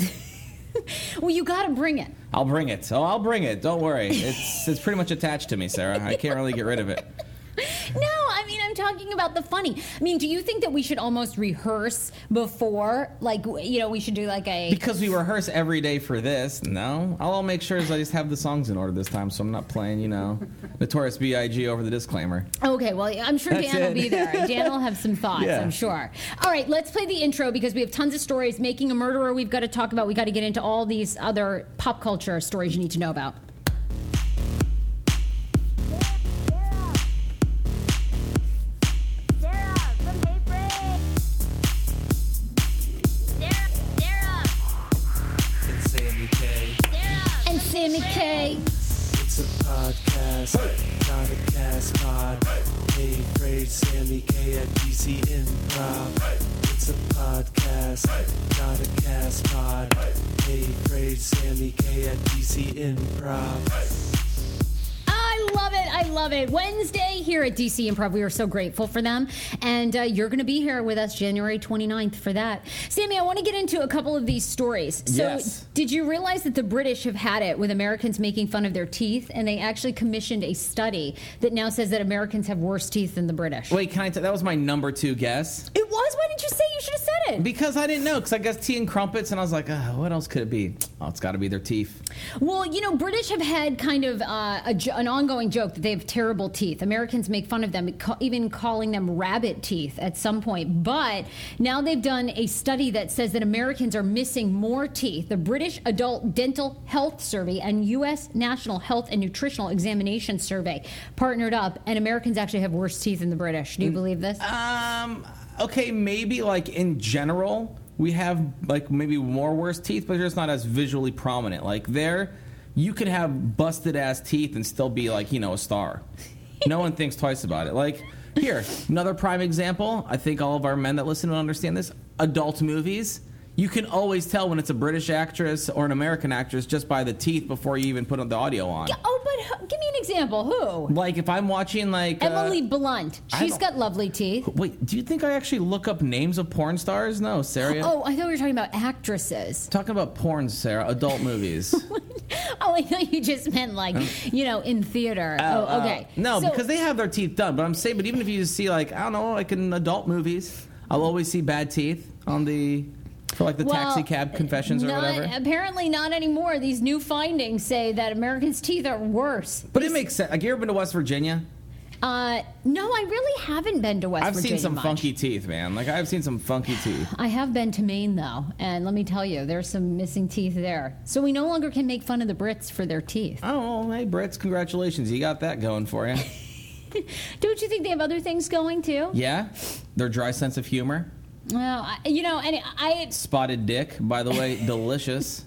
[SPEAKER 1] Well, you got to bring it.
[SPEAKER 2] I'll bring it. Oh, I'll bring it. Don't worry. It's it's pretty much attached to me, Sarah. I can't really get rid of it.
[SPEAKER 1] No, I mean, I'm talking about the funny. I mean, do you think that we should almost rehearse before? Like, w- you know, we should do like a.
[SPEAKER 2] Because we rehearse every day for this, no. All I'll make sure is I just have the songs in order this time, so I'm not playing, you know, Notorious B.I.G. over the disclaimer.
[SPEAKER 1] Okay, well, I'm sure
[SPEAKER 2] That's
[SPEAKER 1] Dan will
[SPEAKER 2] it.
[SPEAKER 1] be there. Dan will have some thoughts,
[SPEAKER 2] Yeah.
[SPEAKER 1] I'm sure. All right, let's play the intro because we have tons of stories. Making a murderer, we've got to talk about. we got to get into all these other pop culture stories you need to know about.
[SPEAKER 5] It's Sammy K.
[SPEAKER 1] And Sammy K.
[SPEAKER 5] It's a podcast, not a cast pod. Hey, grade Sammy K at DC Improv. It's a podcast, not a cast pod. Hey, grade Sammy K at DC Improv.
[SPEAKER 1] I love it. I love it. Wednesday here at DC Improv. We are so grateful for them. And uh, you're going to be here with us January 29th for that. Sammy, I want to get into a couple of these stories. So,
[SPEAKER 2] Yes.
[SPEAKER 1] did you realize that the British have had it with Americans making fun of their teeth? And they actually commissioned a study that now says that Americans have worse teeth than the British.
[SPEAKER 2] Wait, can I? T- that was my number two guess
[SPEAKER 1] It was? Why didn't you say you should have said it?
[SPEAKER 2] because I didn't know. Because I guess tea and crumpets, and I was like, oh, what else could it be? Oh, it's got to be their teeth.
[SPEAKER 1] Well, you know, British have had kind of uh, a, jo- an ongoing joke that they have terrible teeth. Americans make fun of them, ca- even calling them rabbit teeth at some point. But now they've done a study that says that Americans are missing more teeth. The British Adult Dental Health Survey and U.S. National Health and Nutritional Examination Survey partnered up, and Americans actually have worse teeth than the British. Do
[SPEAKER 2] Mm.
[SPEAKER 1] you believe this?
[SPEAKER 2] Um, okay, maybe like in general, we have like maybe more worse teeth, but they're just not as visually prominent. Like there, you could have busted ass teeth and still be like you know a star. No one thinks twice about it. Like here, another prime example. I think all of our men that listen will understand this. Adult movies. You can always tell when it's a British actress or an American actress just by the teeth before you even put the audio on.
[SPEAKER 1] oh, but who- give me an example. Who?
[SPEAKER 2] Like if I'm watching like uh,
[SPEAKER 1] Emily Blunt.
[SPEAKER 2] I
[SPEAKER 1] She's
[SPEAKER 2] don't-
[SPEAKER 1] got lovely teeth.
[SPEAKER 2] Wait, do you think I actually look up names of porn stars? No, Sarah.
[SPEAKER 1] Oh, I thought we were talking about actresses.
[SPEAKER 2] Talking about porn, Sarah, adult movies.
[SPEAKER 1] Oh, I thought you just meant like, you know, in theater. Oh, okay.
[SPEAKER 2] no,
[SPEAKER 1] So-
[SPEAKER 2] because they have their teeth done. But I'm saying, but even if you just see like I don't know, like in adult movies, I'll always see bad teeth on the for like the
[SPEAKER 1] well, eh,
[SPEAKER 2] taxi cab confessions or
[SPEAKER 1] not-
[SPEAKER 2] whatever.
[SPEAKER 1] Apparently, not anymore. These new findings say that Americans' teeth are worse.
[SPEAKER 2] but it makes sense. Like you ever been to West Virginia?
[SPEAKER 1] Uh, no, I really haven't been to West
[SPEAKER 2] I've
[SPEAKER 1] Virginia
[SPEAKER 2] seen some
[SPEAKER 1] much.
[SPEAKER 2] funky teeth, man. Like I've seen some funky teeth.
[SPEAKER 1] I have been to Maine though, and let me tell you, there's some missing teeth there. So we no longer can make fun of the Brits for their teeth.
[SPEAKER 2] Oh, hey, Brits, congratulations, you got that going for you.
[SPEAKER 1] Don't you think they have other things going too?
[SPEAKER 2] yeah, their dry sense of humor,
[SPEAKER 1] Well, I, you know, and I
[SPEAKER 2] spotted dick, by the way, delicious.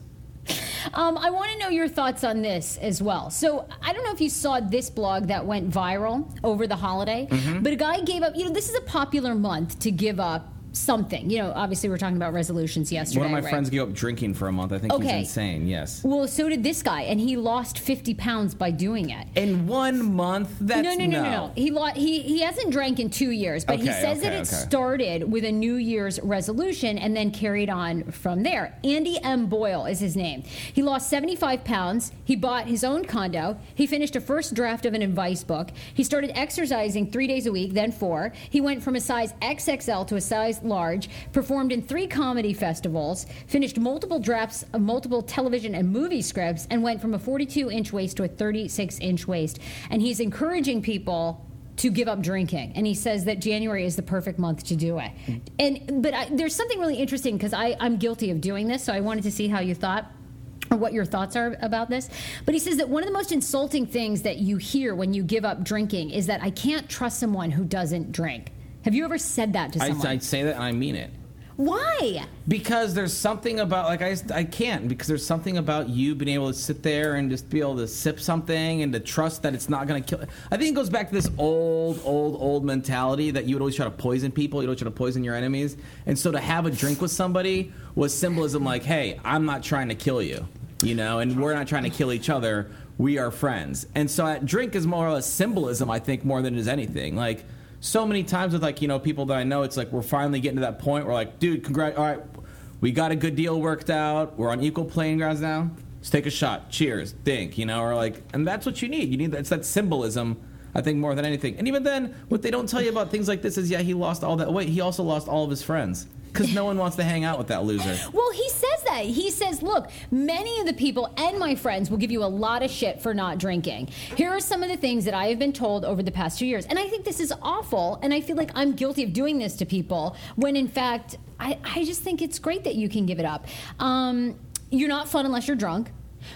[SPEAKER 1] Um, I want to know your thoughts on this as well. So I don't know if you saw this blog that
[SPEAKER 2] Mm-hmm.
[SPEAKER 1] went viral over the holiday, but a guy gave up. You know, this is a popular month to give up something. You know, obviously, we we're talking about resolutions yesterday.
[SPEAKER 2] One of my
[SPEAKER 1] right?
[SPEAKER 2] friends gave up drinking for a month. I think
[SPEAKER 1] Okay.
[SPEAKER 2] he's insane. Yes.
[SPEAKER 1] Well, so did this guy, and he lost 50 pounds by doing it.
[SPEAKER 2] In one month, that's
[SPEAKER 1] no, no, no, no, no. He lo- he he hasn't drank in two years, but he
[SPEAKER 2] Okay,
[SPEAKER 1] says that
[SPEAKER 2] okay,
[SPEAKER 1] it
[SPEAKER 2] okay.
[SPEAKER 1] started with a New Year's resolution and then carried on from there. Andy M. Boyle is his name. He lost 75 pounds. He bought his own condo. He finished a first draft of an advice book. He started exercising three days a week, then four. He went from a size XXL to a size large. Performed in three comedy festivals. Finished multiple drafts of multiple television and movie scripts, and went from a 42-inch waist to a 36-inch waist. And he's encouraging people to give up drinking and he says that january is the perfect month to do it
[SPEAKER 2] Mm-hmm.
[SPEAKER 1] and but I, there's something really interesting because i'm guilty of doing this so i wanted to see how you thought or what your thoughts are about this but he says that one of the most insulting things that you hear when you give up drinking is that i can't trust someone who doesn't drink have you ever said that to
[SPEAKER 2] I,
[SPEAKER 1] someone
[SPEAKER 2] I say that and I mean it.
[SPEAKER 1] why
[SPEAKER 2] Because there's something about like I, I can't because there's something about you being able to sit there and just be able to sip something and to trust that it's not going to kill. I think it goes back to this old old old mentality that you would always try to poison people, you would always try to poison your enemies, and so to have a drink with somebody was symbolism like, hey, I'm not trying to kill you, you know, and we're not trying to kill each other. We are friends, and so that drink is more or less symbolism, I think, more than it is anything like. So many times with like you know people that I know, it's like we're finally getting to that point where like, dude, congrat, all right, we got a good deal worked out. We're on equal playing grounds now. Let's take a shot. Cheers. Think, you know, or like, and that's what you need. You need that's that symbolism. I think more than anything. And even then, what they don't tell you about things like this is, yeah, he lost all that weight. He also lost all of his friends because no one wants to hang out with that loser.
[SPEAKER 1] Well, he says that. He says, look, many of the people and my friends will give you a lot of shit for not drinking. Here are some of the things that I have been told over the past two years. And I think this is awful. And I feel like I'm guilty of doing this to people when, in fact, I, I just think it's great that you can give it up. Um, you're not fun unless you're drunk.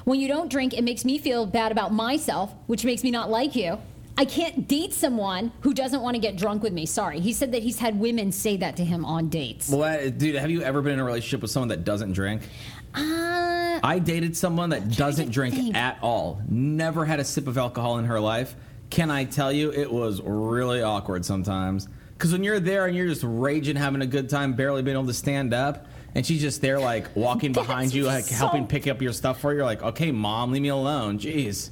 [SPEAKER 1] When you don't drink, it makes me feel bad about myself, which makes me not like you. I can't date someone who doesn't want to get drunk with me. Sorry. He said that he's had women say that to him on dates.
[SPEAKER 2] Well, that- dude, have you ever been in a relationship with someone that doesn't drink?
[SPEAKER 1] Uh,
[SPEAKER 2] I dated someone that doesn't drink
[SPEAKER 1] think.
[SPEAKER 2] at all. Never had a sip of alcohol in her life. Can I tell you, it was really awkward sometimes. Because when you're there and you're just raging, having a good time, barely being able to stand up, and she's just there, like walking behind you, like
[SPEAKER 1] That's so-
[SPEAKER 2] helping pick up your stuff for you. You're like, okay, mom, leave me alone. Jeez.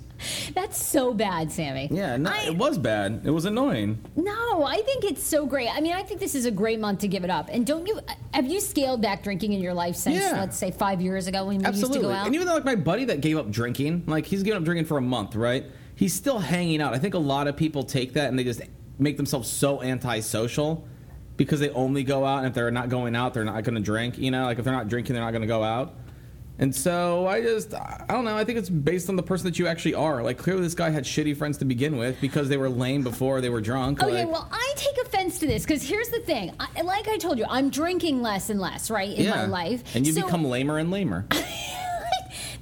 [SPEAKER 1] That's so bad, Sammy.
[SPEAKER 2] Yeah, no,
[SPEAKER 1] I-
[SPEAKER 2] it was bad. It was annoying.
[SPEAKER 1] no, I think it's so great. I mean, I think this is a great month to give it up. And don't you have you scaled back drinking in your life since
[SPEAKER 2] Yeah.
[SPEAKER 1] let's say five years ago when we used to
[SPEAKER 2] Absolutely.
[SPEAKER 1] go out?
[SPEAKER 2] And even though like my buddy that gave up drinking, like he's given up drinking for a month, right? He's still hanging out. I think a lot of people take that and they just make themselves so antisocial because they only go out and if they're not going out, they're not going to drink, you know? Like if they're not drinking, they're not going to go out. And so I just I don't know, I think it's based on the person that you actually are. Like clearly this guy had shitty friends to begin with because they were lame before they were drunk.
[SPEAKER 1] Okay,
[SPEAKER 2] like,
[SPEAKER 1] well, I take offense to this because here's the thing. I, like I told you, I'm drinking less and less, right, in my life.
[SPEAKER 2] And you
[SPEAKER 1] So-
[SPEAKER 2] become lamer and lamer.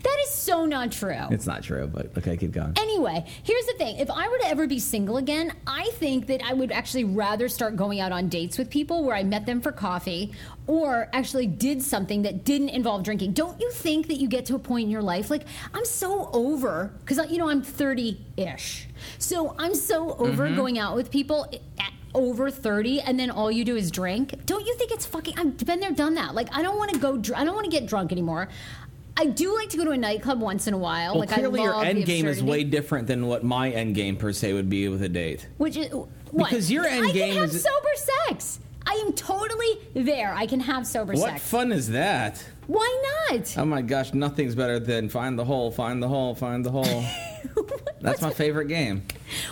[SPEAKER 1] that is so not true.
[SPEAKER 2] it's not true, but okay, keep going.
[SPEAKER 1] Anyway, here's the thing. If I were to ever be single again, I think that I would actually rather start going out on dates with people where I met them for coffee or actually did something that didn't involve drinking. Don't you think that you get to a point in your life like I'm so over cuz you know I'm 30-ish. So I'm so over
[SPEAKER 2] Mm-hmm.
[SPEAKER 1] going out with people at over 30 and then all you do is drink. Don't you think it's fucking I've been there done that. Like I don't want to go dr- I don't want to get drunk anymore. I do like to go to a nightclub once in a while.
[SPEAKER 2] Well,
[SPEAKER 1] like
[SPEAKER 2] clearly
[SPEAKER 1] I
[SPEAKER 2] your
[SPEAKER 1] love the
[SPEAKER 2] end game is
[SPEAKER 1] absurdity.
[SPEAKER 2] way different than what my end game per se would be with a date.
[SPEAKER 1] Which is what?
[SPEAKER 2] Because your end
[SPEAKER 1] I
[SPEAKER 2] game
[SPEAKER 1] can have
[SPEAKER 2] is-
[SPEAKER 1] sober sex. I am totally there. I can have sober
[SPEAKER 2] What
[SPEAKER 1] sex.
[SPEAKER 2] fun is that?
[SPEAKER 1] Why not?
[SPEAKER 2] Oh my gosh, nothing's better than find the hole, find the hole, find the hole. That's my favorite game.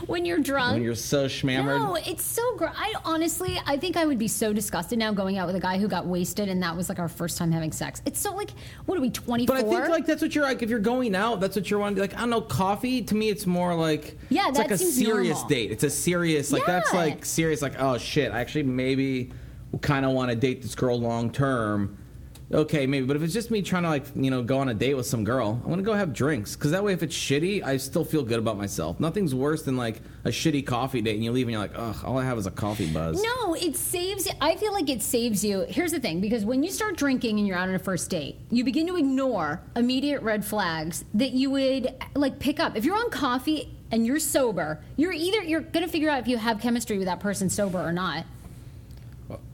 [SPEAKER 1] when you're drunk.
[SPEAKER 2] Oh. When you're so shmammered.
[SPEAKER 1] no, it's so gross. I honestly, I think I would be so disgusted now going out with a guy who got wasted and that was like our first time having sex. It's so like, what are we, 24?
[SPEAKER 2] But I think like that's what you're like if you're going out, that's what you're wanting. Like I don't know, coffee to me it's more like
[SPEAKER 1] Yeah,
[SPEAKER 2] it's
[SPEAKER 1] that
[SPEAKER 2] like a
[SPEAKER 1] seems
[SPEAKER 2] serious
[SPEAKER 1] normal.
[SPEAKER 2] date. It's a serious like that's
[SPEAKER 1] Yeah.
[SPEAKER 2] like serious like oh shit, I actually maybe kind of want to date this girl long term. Okay, maybe, but if it's just me trying to like you know go on a date with some girl, I want to go have drinks because that way if it's shitty, I still feel good about myself. Nothing's worse than like a shitty coffee date and you leave and you're like, ugh, all I have is a coffee buzz.
[SPEAKER 1] No, it saves. I feel like it saves you. Here's the thing because when you start drinking and you're out on a first date, you begin to ignore immediate red flags that you would like pick up. If you're on coffee and you're sober, you're either you're going to figure out if you have chemistry with that person sober or not.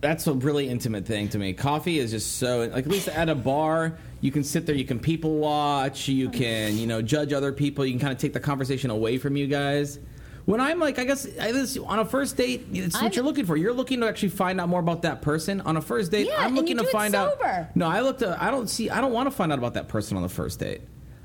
[SPEAKER 2] That's a really intimate thing to me. Coffee is just so like at least at a bar you can sit there, you can people watch, you can you know judge other people, you can kind of take the conversation away from you guys. When I'm like, I guess I guess on a first date, it's what
[SPEAKER 1] I'm-
[SPEAKER 2] you're looking for. You're looking to actually find out more about that person. On a first date,
[SPEAKER 1] Yeah,
[SPEAKER 2] I'm
[SPEAKER 1] and you
[SPEAKER 2] looking to
[SPEAKER 1] do it
[SPEAKER 2] find
[SPEAKER 1] sober.
[SPEAKER 2] out. No, I looked. At, I don't see. I don't want to find out about that person on the first date.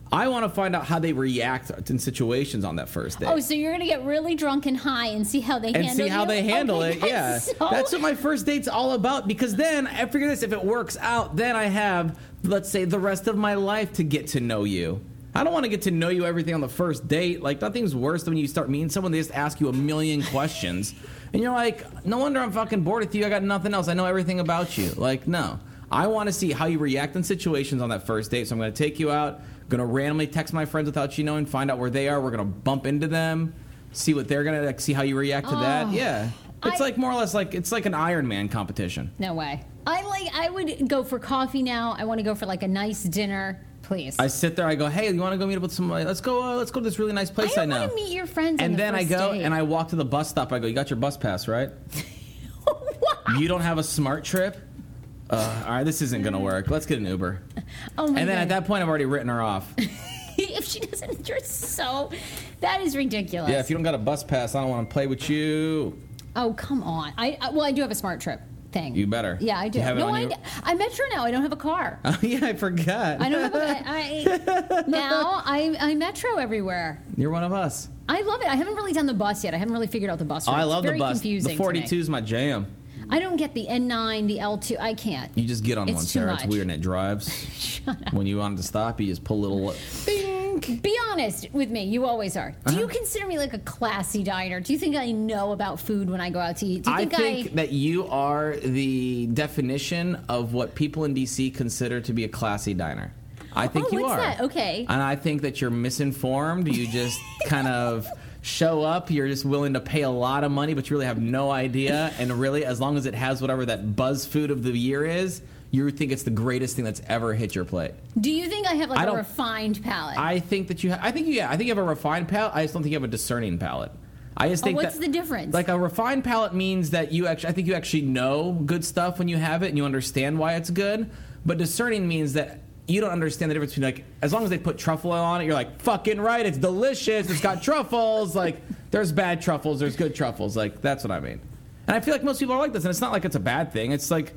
[SPEAKER 2] I want to find out how they react in situations on that first date
[SPEAKER 1] Oh, so you're gonna get really drunk and high and see how they
[SPEAKER 2] Eh. and
[SPEAKER 1] handle
[SPEAKER 2] see how
[SPEAKER 1] you?
[SPEAKER 2] they handle
[SPEAKER 1] Okay,
[SPEAKER 2] it. Yeah,
[SPEAKER 1] that's so-
[SPEAKER 2] that's what my first date's all about. Because then I figure this: if it works out, then I have, let's say, the rest of my life to get to know you. I don't want to get to know you everything on the first date. Like nothing's worse than when you start meeting someone they just ask you a million questions, and you're like, no wonder I'm fucking bored with you. I got nothing else. I know everything about you. Like no. I want to see how you react in situations on that first date. So I'm going to take you out, going to randomly text my friends without you knowing, find out where they are. We're going to bump into them, see what they're going to like, see how you react to that. Yeah. It's
[SPEAKER 1] I-
[SPEAKER 2] like more or less like it's like an Iron Man competition.
[SPEAKER 1] no way. I like. I would go for coffee now. I want to go for like a nice dinner, please.
[SPEAKER 2] I sit there, I go, hey, you want to go meet up with somebody? Let's go. Uh, let's go to this really nice place I,
[SPEAKER 1] don't
[SPEAKER 2] know.
[SPEAKER 1] want to meet your friends. on
[SPEAKER 2] and
[SPEAKER 1] the
[SPEAKER 2] then I
[SPEAKER 1] first
[SPEAKER 2] go
[SPEAKER 1] date.
[SPEAKER 2] and I walk to the bus stop. I go, you got your bus pass, right?
[SPEAKER 1] Why?
[SPEAKER 2] You don't have a smart trip. Uh, all right, this isn't gonna work. Let's get an Uber.
[SPEAKER 1] oh my
[SPEAKER 2] And then
[SPEAKER 1] God.
[SPEAKER 2] at that point, I've already written her off.
[SPEAKER 1] if she doesn't, you're so. That is ridiculous.
[SPEAKER 2] Yeah, if you don't got a bus pass, I don't want to play with you.
[SPEAKER 1] Oh come on! I, I well, I do have a smart trip thing.
[SPEAKER 2] You better.
[SPEAKER 1] Yeah, I do.
[SPEAKER 2] You have it
[SPEAKER 1] no,
[SPEAKER 2] on
[SPEAKER 1] I,
[SPEAKER 2] your-
[SPEAKER 1] d- I'm metro now. I don't have a car.
[SPEAKER 2] Oh yeah, I forgot.
[SPEAKER 1] I don't have. A, I, I now I I metro everywhere.
[SPEAKER 2] You're one of us.
[SPEAKER 1] I love it. I haven't really done the bus yet. I haven't really figured out the bus.
[SPEAKER 2] Oh,
[SPEAKER 1] route.
[SPEAKER 2] I
[SPEAKER 1] Oh, It's
[SPEAKER 2] love the
[SPEAKER 1] very
[SPEAKER 2] bus.
[SPEAKER 1] Confusing
[SPEAKER 2] The
[SPEAKER 1] to me.
[SPEAKER 2] 42 is my jam.
[SPEAKER 1] I don't get the N9, the L2. I can't.
[SPEAKER 2] You just get on
[SPEAKER 1] It's
[SPEAKER 2] one,
[SPEAKER 1] too
[SPEAKER 2] Sarah. It's
[SPEAKER 1] much.
[SPEAKER 2] weird and it drives. When you want it to stop, you just pull a little.
[SPEAKER 1] Be honest with me. You always are. Do
[SPEAKER 2] Uh-huh.
[SPEAKER 1] you consider me like a classy diner? Do you think I know about food when I go out to eat? Do you
[SPEAKER 2] I
[SPEAKER 1] think
[SPEAKER 2] think that you are the definition of what people in DC consider to be a classy diner. I think
[SPEAKER 1] Oh,
[SPEAKER 2] you
[SPEAKER 1] what's
[SPEAKER 2] are.
[SPEAKER 1] that? Okay.
[SPEAKER 2] And I think that you're misinformed. You just kind of show up. You're just willing to pay a lot of money, but you really have no idea. And really, as long as it has whatever that BuzzFood of the year is, you think it's the greatest thing that's ever hit your plate.
[SPEAKER 1] Do you think I have
[SPEAKER 2] I
[SPEAKER 1] like a
[SPEAKER 2] don't-
[SPEAKER 1] refined palate?
[SPEAKER 2] I think that you. Ha- I think you. Yeah, I think you have a refined palate. I just don't think you have a discerning palate. I just
[SPEAKER 1] Oh,
[SPEAKER 2] think
[SPEAKER 1] what's
[SPEAKER 2] that-
[SPEAKER 1] the difference?
[SPEAKER 2] Like a refined palate means that you actually. I think you actually know good stuff when you have it and you understand why it's good. But discerning means that you don't understand the difference between like as long as they put truffle oil on it, you're like fucking right. It's delicious. It's got truffles. Like there's bad truffles. There's good truffles. Like that's what I mean. And I feel like most people are like this, and it's not like it's a bad thing. It's like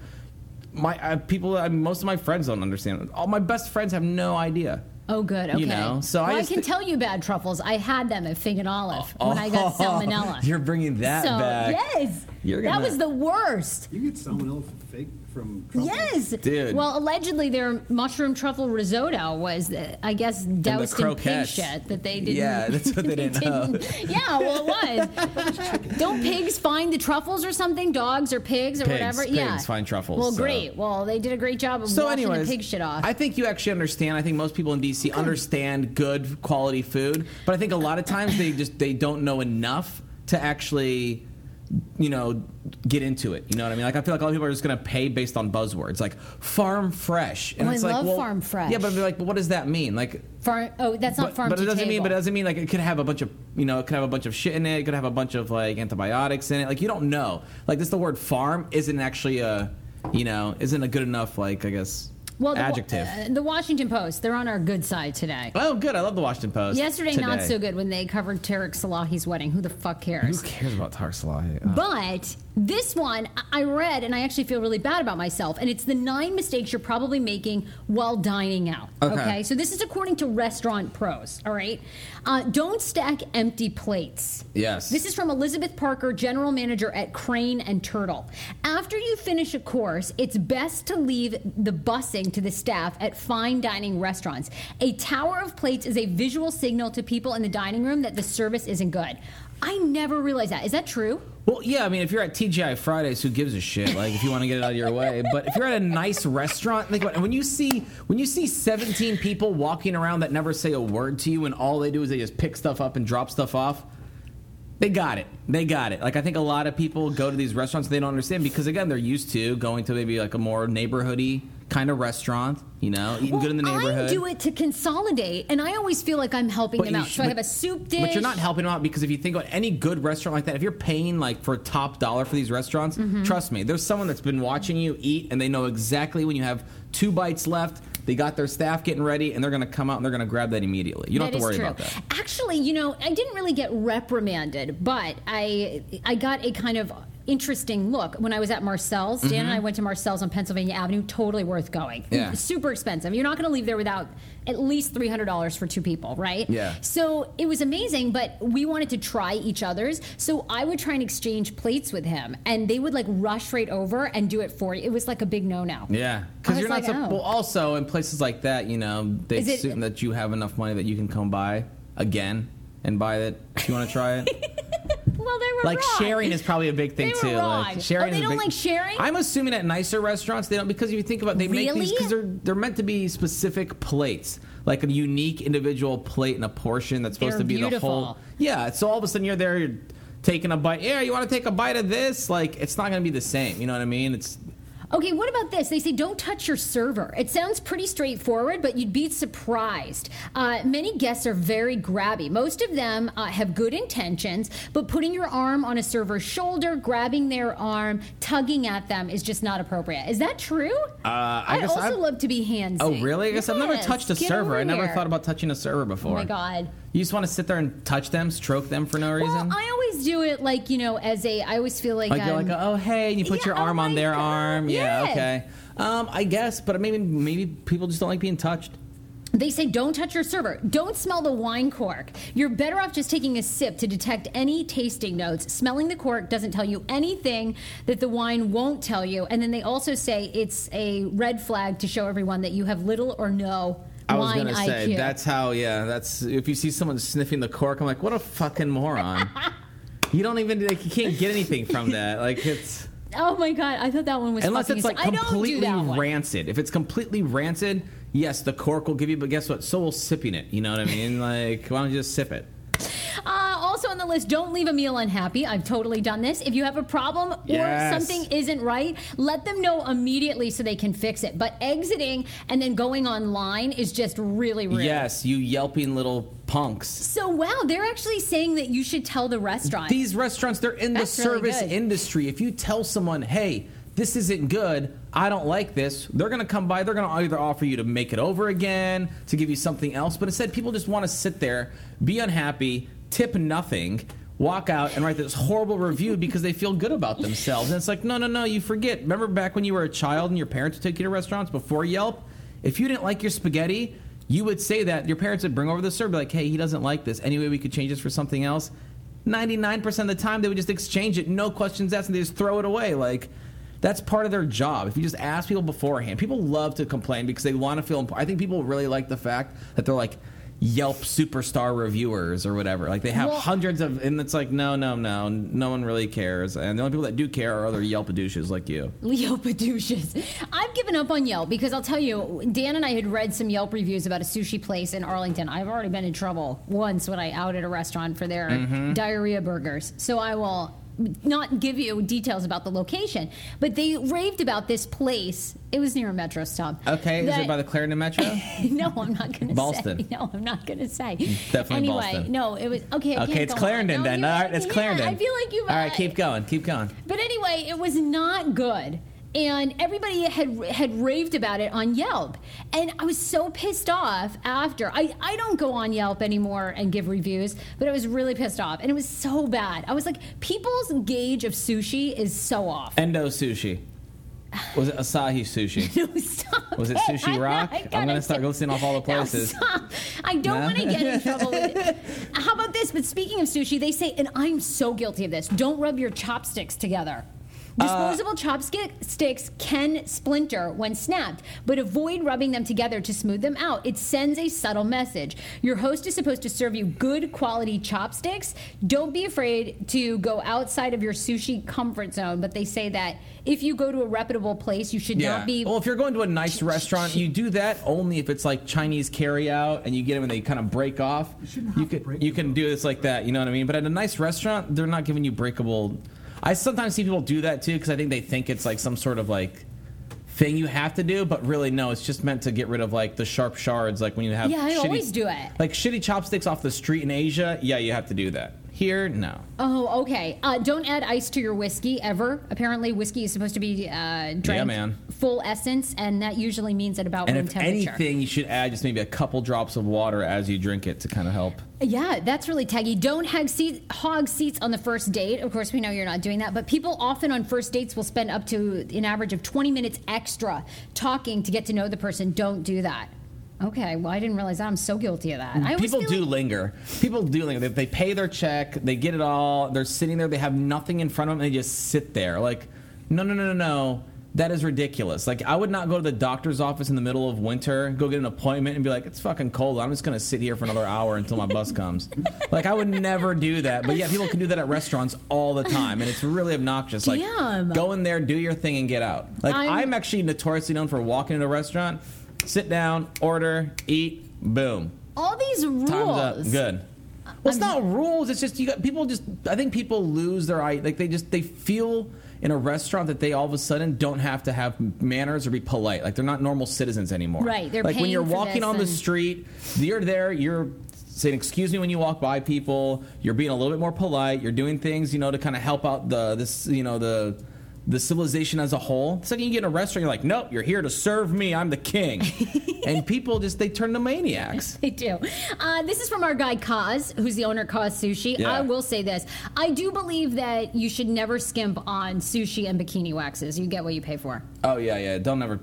[SPEAKER 2] my uh, people. I, most of my friends don't understand. All my best friends have no idea.
[SPEAKER 1] oh, good. Okay.
[SPEAKER 2] you know, so I
[SPEAKER 1] Well,
[SPEAKER 2] just
[SPEAKER 1] can
[SPEAKER 2] thi- Oh,
[SPEAKER 1] tell you bad truffles. I had them at Fig and Olive when I got salmonella.
[SPEAKER 2] You're bringing that
[SPEAKER 1] so
[SPEAKER 2] back.
[SPEAKER 1] yes,
[SPEAKER 2] You're
[SPEAKER 1] that
[SPEAKER 2] gonna-
[SPEAKER 1] was the worst.
[SPEAKER 3] You get salmonella from fake from. Trump.
[SPEAKER 1] Yes,
[SPEAKER 2] Dude.
[SPEAKER 1] Well, allegedly their mushroom truffle risotto was, uh, I guess, doused in pig
[SPEAKER 2] croquettes.
[SPEAKER 1] shit that they didn't.
[SPEAKER 2] Yeah, that's what they didn't know.
[SPEAKER 1] Yeah, well, it was. Don't pigs find the truffles or something? Dogs or pigs or
[SPEAKER 2] Pigs,
[SPEAKER 1] whatever?
[SPEAKER 2] pigs
[SPEAKER 1] yeah,
[SPEAKER 2] find truffles,
[SPEAKER 1] Well,
[SPEAKER 2] so.
[SPEAKER 1] great. Well, they did a great job of
[SPEAKER 2] So,
[SPEAKER 1] washing
[SPEAKER 2] anyways,
[SPEAKER 1] the pig shit off.
[SPEAKER 2] I think you actually understand. I think most people in DC understand good quality food, but I think a lot of times they just they don't know enough to actually, you know, get into it. You know what I mean? Like I feel like a lot of people are just going to pay based on buzzwords like farm fresh, and
[SPEAKER 1] Oh, I
[SPEAKER 2] it's like
[SPEAKER 1] love
[SPEAKER 2] well,
[SPEAKER 1] farm fresh.
[SPEAKER 2] Yeah, but they're like, but what does that mean? Like
[SPEAKER 1] farm. Oh, that's not
[SPEAKER 2] but,
[SPEAKER 1] farm.
[SPEAKER 2] but
[SPEAKER 1] to
[SPEAKER 2] it doesn't mean.
[SPEAKER 1] table.
[SPEAKER 2] But it doesn't mean like it could have a bunch of you know it could have a bunch of shit in it. It could have a bunch of like antibiotics in it. Like you don't know. Like this, the word farm isn't actually a you know isn't a good enough like I guess
[SPEAKER 1] well, the, wa-
[SPEAKER 2] adjective.
[SPEAKER 1] uh, the Washington Post. They're on our good side today.
[SPEAKER 2] oh, good. I love the Washington Post.
[SPEAKER 1] Yesterday, not
[SPEAKER 2] today.
[SPEAKER 1] so good when they covered Tarek Salahi's wedding. Who the fuck
[SPEAKER 2] Who
[SPEAKER 1] cares?
[SPEAKER 2] cares about Tarsalai?
[SPEAKER 1] But this one I- I read and I actually feel really bad about myself. And it's the nine mistakes you're probably making while dining out.
[SPEAKER 2] Okay.
[SPEAKER 1] So this is according to Restaurant Pros. All right. Uh, don't stack empty plates.
[SPEAKER 2] Yes.
[SPEAKER 1] This is from Elizabeth Parker, general manager at Crane and Turtle. After you finish a course, it's best to leave the bussing to the staff at fine dining restaurants. A tower of plates is a visual signal to people in the dining room that the service isn't good. I never realized that. Is that true?
[SPEAKER 2] Well, yeah, I mean, if you're at TGI Fridays, who gives a shit? Like, if you want to get it out of your way. But if you're at a nice restaurant, think about it. when you see when you see 17 people walking around that never say a word to you, and all they do is they just pick stuff up and drop stuff off. They got it. They got it. Like I think a lot of people go to these restaurants they don't understand because again they're used to going to maybe like a more neighborhoody kind of restaurant, you know, eating
[SPEAKER 1] Well,
[SPEAKER 2] good in the
[SPEAKER 1] I
[SPEAKER 2] neighborhood.
[SPEAKER 1] do it to consolidate, and I always feel like I'm helping
[SPEAKER 2] But
[SPEAKER 1] them
[SPEAKER 2] you
[SPEAKER 1] out.
[SPEAKER 2] sh-
[SPEAKER 1] So I
[SPEAKER 2] but-
[SPEAKER 1] have a soup dish.
[SPEAKER 2] But you're not helping them out because if you think about any good restaurant like that, if you're paying like for top dollar for these restaurants,
[SPEAKER 1] Mm-hmm.
[SPEAKER 2] trust me, there's someone that's been watching you eat and they know exactly when you have two bites left. They got their staff getting ready and they're going to come out and they're going to grab that immediately. You don't
[SPEAKER 1] That
[SPEAKER 2] have to
[SPEAKER 1] is
[SPEAKER 2] worry
[SPEAKER 1] true.
[SPEAKER 2] about that.
[SPEAKER 1] Actually, you know, I didn't really get reprimanded, but I I got a kind of interesting look when I was at Marcel's. Dan and I went to Marcel's on Pennsylvania Avenue. Totally worth going.
[SPEAKER 2] Mm-hmm. Yeah.
[SPEAKER 1] Super expensive. You're not going to leave there without at least three hundred dollars for two people, right?
[SPEAKER 2] Yeah.
[SPEAKER 1] So it was amazing, but we wanted to try each other's. So I would try and exchange plates with him, and they would like rush right over and do it for you. It was like a big no no.
[SPEAKER 2] Yeah,
[SPEAKER 1] I
[SPEAKER 2] because
[SPEAKER 1] was
[SPEAKER 2] you're not.
[SPEAKER 1] like,
[SPEAKER 2] supp-
[SPEAKER 1] oh.
[SPEAKER 2] Well, also in places like that, you know, they
[SPEAKER 1] Is it-
[SPEAKER 2] assume that you have enough money that you can come by again and buy it if you want to try it.
[SPEAKER 1] Well, they were
[SPEAKER 2] like
[SPEAKER 1] wrong.
[SPEAKER 2] sharing is probably a big thing
[SPEAKER 1] They were
[SPEAKER 2] too.
[SPEAKER 1] wrong.
[SPEAKER 2] Like sharing
[SPEAKER 1] Oh, they
[SPEAKER 2] is a
[SPEAKER 1] don't
[SPEAKER 2] big-
[SPEAKER 1] like sharing?
[SPEAKER 2] I'm assuming at nicer restaurants they don't because if you think about they make these
[SPEAKER 1] Really?
[SPEAKER 2] because they're they're meant to be specific plates, like a unique individual plate and a portion that's supposed
[SPEAKER 1] They're
[SPEAKER 2] to be the
[SPEAKER 1] beautiful.
[SPEAKER 2] whole. Yeah, so all of a sudden you're there, you're taking a bite. Yeah, you want to take a bite of this? Like it's not going to be the same. You know what I mean? It's
[SPEAKER 1] Okay, what about this? They say don't touch your server. It sounds pretty straightforward, but you'd be surprised. Uh, many guests are very grabby. Most of them uh, have good intentions, but putting your arm on a server's shoulder, grabbing their arm, tugging at them is just not appropriate. Is that true? Uh,
[SPEAKER 2] I guess
[SPEAKER 1] also
[SPEAKER 2] I've-
[SPEAKER 1] love to be handsy.
[SPEAKER 2] oh really? I guess I've never
[SPEAKER 1] Yes,
[SPEAKER 2] touched a
[SPEAKER 1] get
[SPEAKER 2] server.
[SPEAKER 1] over
[SPEAKER 2] I never
[SPEAKER 1] here.
[SPEAKER 2] thought about touching a server before.
[SPEAKER 1] Oh my god.
[SPEAKER 2] You just want to sit there and touch them, stroke them for no reason.
[SPEAKER 1] Well, I always do it like you know, as a. I always feel like
[SPEAKER 2] Like you're
[SPEAKER 1] I'm-
[SPEAKER 2] like, oh hey, and you put
[SPEAKER 1] Yeah,
[SPEAKER 2] your
[SPEAKER 1] oh
[SPEAKER 2] arm on
[SPEAKER 1] my
[SPEAKER 2] their
[SPEAKER 1] God,
[SPEAKER 2] arm. Yeah,
[SPEAKER 1] yes.
[SPEAKER 2] okay. Um, I guess, but maybe maybe people just don't like being touched.
[SPEAKER 1] They say don't touch your server. Don't smell the wine cork. You're better off just taking a sip to detect any tasting notes. Smelling the cork doesn't tell you anything that the wine won't tell you. And then they also say it's a red flag to show everyone that you have little or no
[SPEAKER 2] I was
[SPEAKER 1] wine
[SPEAKER 2] gonna say
[SPEAKER 1] IQ.
[SPEAKER 2] that's how. Yeah, that's if you see someone sniffing the cork, I'm like, what a fucking moron. you don't even like you can't get anything from that. Like it's
[SPEAKER 1] oh my god, I thought that one was
[SPEAKER 2] unless
[SPEAKER 1] fucking
[SPEAKER 2] it's like
[SPEAKER 1] insane. I don't do
[SPEAKER 2] completely
[SPEAKER 1] that one.
[SPEAKER 2] rancid. If it's completely rancid, yes, the cork will give you. But guess what? So will sipping it. You know what I mean? Like why don't you just sip it?
[SPEAKER 1] Uh, also on the list, don't leave a meal unhappy. I've totally done this. If you have a problem
[SPEAKER 2] Yes.
[SPEAKER 1] or something isn't right, let them know immediately so they can fix it. But exiting and then going online is just really rude.
[SPEAKER 2] Yes, you yelping little punks.
[SPEAKER 1] So wow, they're actually saying that you should tell the restaurant.
[SPEAKER 2] These restaurants, they're in
[SPEAKER 1] That's
[SPEAKER 2] the
[SPEAKER 1] really
[SPEAKER 2] service
[SPEAKER 1] good.
[SPEAKER 2] industry. If you tell someone, hey, this isn't good, I don't like this, they're going to come by. They're going to either offer you to make it over again, to give you something else. But instead, people just want to sit there, be unhappy, tip nothing. Walk out and write this horrible review because they feel good about themselves. And it's like, no, no, no, you forget. Remember back when you were a child and your parents would take you to restaurants before Yelp? If you didn't like your spaghetti, you would say that. Your parents would bring over the server, be like, hey, he doesn't like this. Anyway, we could change this for something else. 99% of the time they would just exchange it no questions asked and they just throw it away like that's part of their job if you just ask people beforehand people love to complain because they want to feel important i think people really like the fact that they're like yelp superstar reviewers or whatever like they have
[SPEAKER 1] Well-
[SPEAKER 2] hundreds of and it's like no no no no one really cares and the only people that do care are other yelp douches like you
[SPEAKER 1] Leo Padushas. I've given up on Yelp because I'll tell you, Dan and I had read some Yelp reviews about a sushi place in Arlington. I've already been in trouble once when I outed a restaurant for their
[SPEAKER 2] Mm-hmm.
[SPEAKER 1] diarrhea burgers. So I will not give you details about the location, but they raved about this place. It was near a metro stop.
[SPEAKER 2] okay is
[SPEAKER 1] That-
[SPEAKER 2] it by the clarendon metro
[SPEAKER 1] no, I'm not going to say.
[SPEAKER 2] Boston.
[SPEAKER 1] No, I'm not going to say.
[SPEAKER 2] Definitely
[SPEAKER 1] anyway,
[SPEAKER 2] Boston.
[SPEAKER 1] no, it was okay. I can't
[SPEAKER 2] okay it's
[SPEAKER 1] go on.
[SPEAKER 2] clarendon
[SPEAKER 1] No,
[SPEAKER 2] then
[SPEAKER 1] you-
[SPEAKER 2] all right it's
[SPEAKER 1] yeah,
[SPEAKER 2] clarendon
[SPEAKER 1] I feel like uh, you.
[SPEAKER 2] all right keep going keep going
[SPEAKER 1] But anyway, it was not good. And everybody had had raved about it on Yelp, and I was so pissed off after. I, I don't go on Yelp anymore and give reviews, but I was really pissed off, and it was so bad. I was like, people's gauge of sushi is so off.
[SPEAKER 2] endo sushi was it asahi sushi
[SPEAKER 1] No, stop
[SPEAKER 2] Was it Sushi
[SPEAKER 1] I'm
[SPEAKER 2] Rock?
[SPEAKER 1] not
[SPEAKER 2] I'm gonna start
[SPEAKER 1] do-
[SPEAKER 2] listing off all the places.
[SPEAKER 1] No, stop. I don't
[SPEAKER 2] No?
[SPEAKER 1] want to get in trouble with it. How about this? But speaking of sushi, they say, and I'm so guilty of this. Don't rub your chopsticks together.
[SPEAKER 2] Uh,
[SPEAKER 1] Disposable chopstick sticks can splinter when snapped, but avoid rubbing them together to smooth them out. It sends a subtle message. Your host is supposed to serve you good quality chopsticks. Don't be afraid to go outside of your sushi comfort zone, but they say that if you go to a reputable place, you should not be
[SPEAKER 2] Well, if you're going to a nice restaurant, you do that only if it's like Chinese carryout and you get them and they kind of break off. You,
[SPEAKER 3] shouldn't have to
[SPEAKER 2] can
[SPEAKER 3] break
[SPEAKER 2] you
[SPEAKER 3] them
[SPEAKER 2] can do this like that. You know what I mean? But at a nice restaurant, they're not giving you breakable. I sometimes see people do that too because I think they think it's like some sort of like thing you have to do, but really no, it's just meant to get rid of like the sharp shards, like when you have
[SPEAKER 1] Yeah, I
[SPEAKER 2] shitty-
[SPEAKER 1] always do it.
[SPEAKER 2] Like shitty chopsticks off the street in Asia, yeah, you have to do that. Here, no.
[SPEAKER 1] Oh, okay. Uh, don't add ice to your whiskey ever. Apparently, whiskey is supposed to be uh, drank
[SPEAKER 2] man.
[SPEAKER 1] full essence, and that usually means at about
[SPEAKER 2] And
[SPEAKER 1] room
[SPEAKER 2] if
[SPEAKER 1] temperature.
[SPEAKER 2] anything, you should add just maybe a couple drops of water as you drink it to kind of help.
[SPEAKER 1] Yeah, that's really taggy. Don't hog, seat, hog seats on the first date. Of course, we know you're not doing that, but people often on first dates will spend up to an average of 20 minutes extra talking to get to know the person. Don't do that. Okay, well, I didn't realize that. I'm so guilty of that. I always
[SPEAKER 2] People
[SPEAKER 1] feel
[SPEAKER 2] do
[SPEAKER 1] like-
[SPEAKER 2] linger. People do linger. They, they pay their check, they get it all, they're sitting there, they have nothing in front of them, and they just sit there. Like, no, no, no, no, no. That is ridiculous. Like, I would not go to the doctor's office in the middle of winter, go get an appointment, and be like, it's fucking cold. I'm just going to sit here for another hour until my bus comes. like, I would never do that. But yeah, people can do that at restaurants all the time, and it's really obnoxious. Like,
[SPEAKER 1] Damn.
[SPEAKER 2] go in there, do your thing, and get out. Like,
[SPEAKER 1] I'm-
[SPEAKER 2] I'm actually notoriously known for walking into a restaurant, sit down, order, eat, boom.
[SPEAKER 1] all these rules.
[SPEAKER 2] Time's up. Good. Well, it's not rules. It's just you got people. Just I think people lose their eye. Like they just they feel in a restaurant that they all of a sudden don't have to have manners or be polite. Like they're not normal citizens anymore.
[SPEAKER 1] Right, they're
[SPEAKER 2] like when
[SPEAKER 1] paying
[SPEAKER 2] you're
[SPEAKER 1] for
[SPEAKER 2] walking
[SPEAKER 1] this
[SPEAKER 2] on the
[SPEAKER 1] and-
[SPEAKER 2] street, you're there. You're saying excuse me when you walk by people. You're being a little bit more polite. You're doing things you know to kind of help out the this you know the. The civilization as a whole. The second you get in a restaurant, you're like, nope, you're here to serve me. I'm the king. and people just, they turn to maniacs.
[SPEAKER 1] They do. Uh, this is from our guy Kaz, who's the owner of Kaz Sushi.
[SPEAKER 2] Yeah.
[SPEAKER 1] I will say this: I do believe that you should never skimp on sushi and bikini waxes. You get what you pay for.
[SPEAKER 2] Oh, yeah, yeah. Don't ever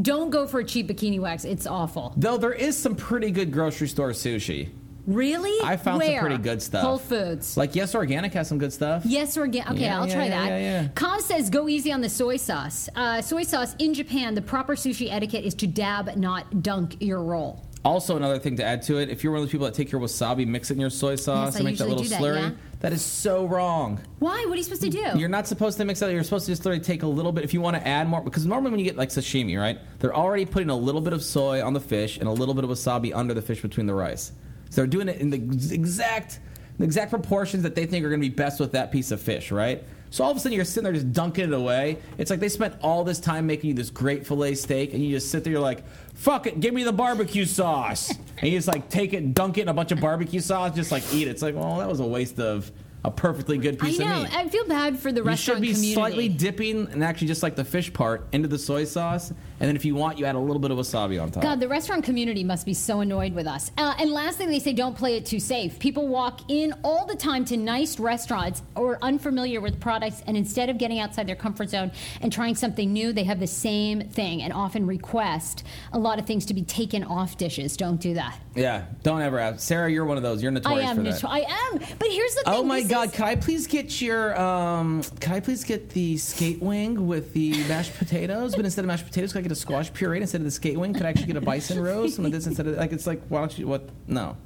[SPEAKER 1] Don't go for a cheap bikini wax; it's awful.
[SPEAKER 2] Though there is some pretty good grocery store sushi.
[SPEAKER 1] Really?
[SPEAKER 2] I found some
[SPEAKER 1] Where?
[SPEAKER 2] pretty good stuff.
[SPEAKER 1] Whole Foods.
[SPEAKER 2] Like Yes Organic has some good stuff.
[SPEAKER 1] Yes, organic. Okay,
[SPEAKER 2] Yeah,
[SPEAKER 1] I'll
[SPEAKER 2] yeah,
[SPEAKER 1] try
[SPEAKER 2] yeah,
[SPEAKER 1] that.
[SPEAKER 2] yeah, yeah.
[SPEAKER 1] Kaz says, "Go easy on the soy sauce. Uh, soy sauce in Japan. The proper sushi etiquette is to dab, not dunk your roll.
[SPEAKER 2] Also, another thing to add to it, if you're one of those people that take your wasabi, mix it in your soy
[SPEAKER 1] Yes,
[SPEAKER 2] sauce,
[SPEAKER 1] I
[SPEAKER 2] and make that
[SPEAKER 1] usually
[SPEAKER 2] little
[SPEAKER 1] do that,
[SPEAKER 2] slurry,
[SPEAKER 1] yeah.
[SPEAKER 2] that is so wrong.
[SPEAKER 1] Why? What are you supposed to do?
[SPEAKER 2] You're not supposed to mix that. You're supposed to just literally take a little bit. If you want to add more, because normally when you get like sashimi, right, they're already putting a little bit of soy on the fish and a little bit of wasabi under the fish between the rice. So they're doing it in the ex- exact, the exact proportions that they think are going to be best with that piece of fish, right? So all of a sudden you're sitting there just dunking it away. It's like they spent all this time making you this great fillet steak, and you just sit there, you're like, "Fuck it, give me the barbecue sauce," and you just like take it, dunk it in a bunch of barbecue sauce, just like eat it. It's like, well, that was a waste of a perfectly good
[SPEAKER 1] I
[SPEAKER 2] piece of
[SPEAKER 1] know.
[SPEAKER 2] meat.
[SPEAKER 1] I feel bad for the
[SPEAKER 2] You
[SPEAKER 1] restaurant
[SPEAKER 2] should be
[SPEAKER 1] community.
[SPEAKER 2] slightly dipping and actually just like the fish part into the soy sauce, and then if you want, you add a little bit of wasabi on top.
[SPEAKER 1] God, the restaurant community must be so annoyed with us. Uh, and last thing they say, don't play it too safe. People walk in all the time to nice restaurants or unfamiliar with products, and instead of getting outside their comfort zone and trying something new, they have the same thing and often request a lot of things to be taken off dishes. Don't do that.
[SPEAKER 2] yeah, don't ever ask. Sarah, you're one of those. You're
[SPEAKER 1] I
[SPEAKER 2] notorious
[SPEAKER 1] am.
[SPEAKER 2] for that.
[SPEAKER 1] natu- I am. But here's the thing.
[SPEAKER 2] Oh my
[SPEAKER 1] this
[SPEAKER 2] God!
[SPEAKER 1] is-
[SPEAKER 2] Can I please get your? Um, can I please get the skate wing with the mashed potatoes? But instead of mashed potatoes, can I get a squash puree instead of the skate wing? Could I actually get a bison roast? Some of this instead of like it's like why don't you what? No,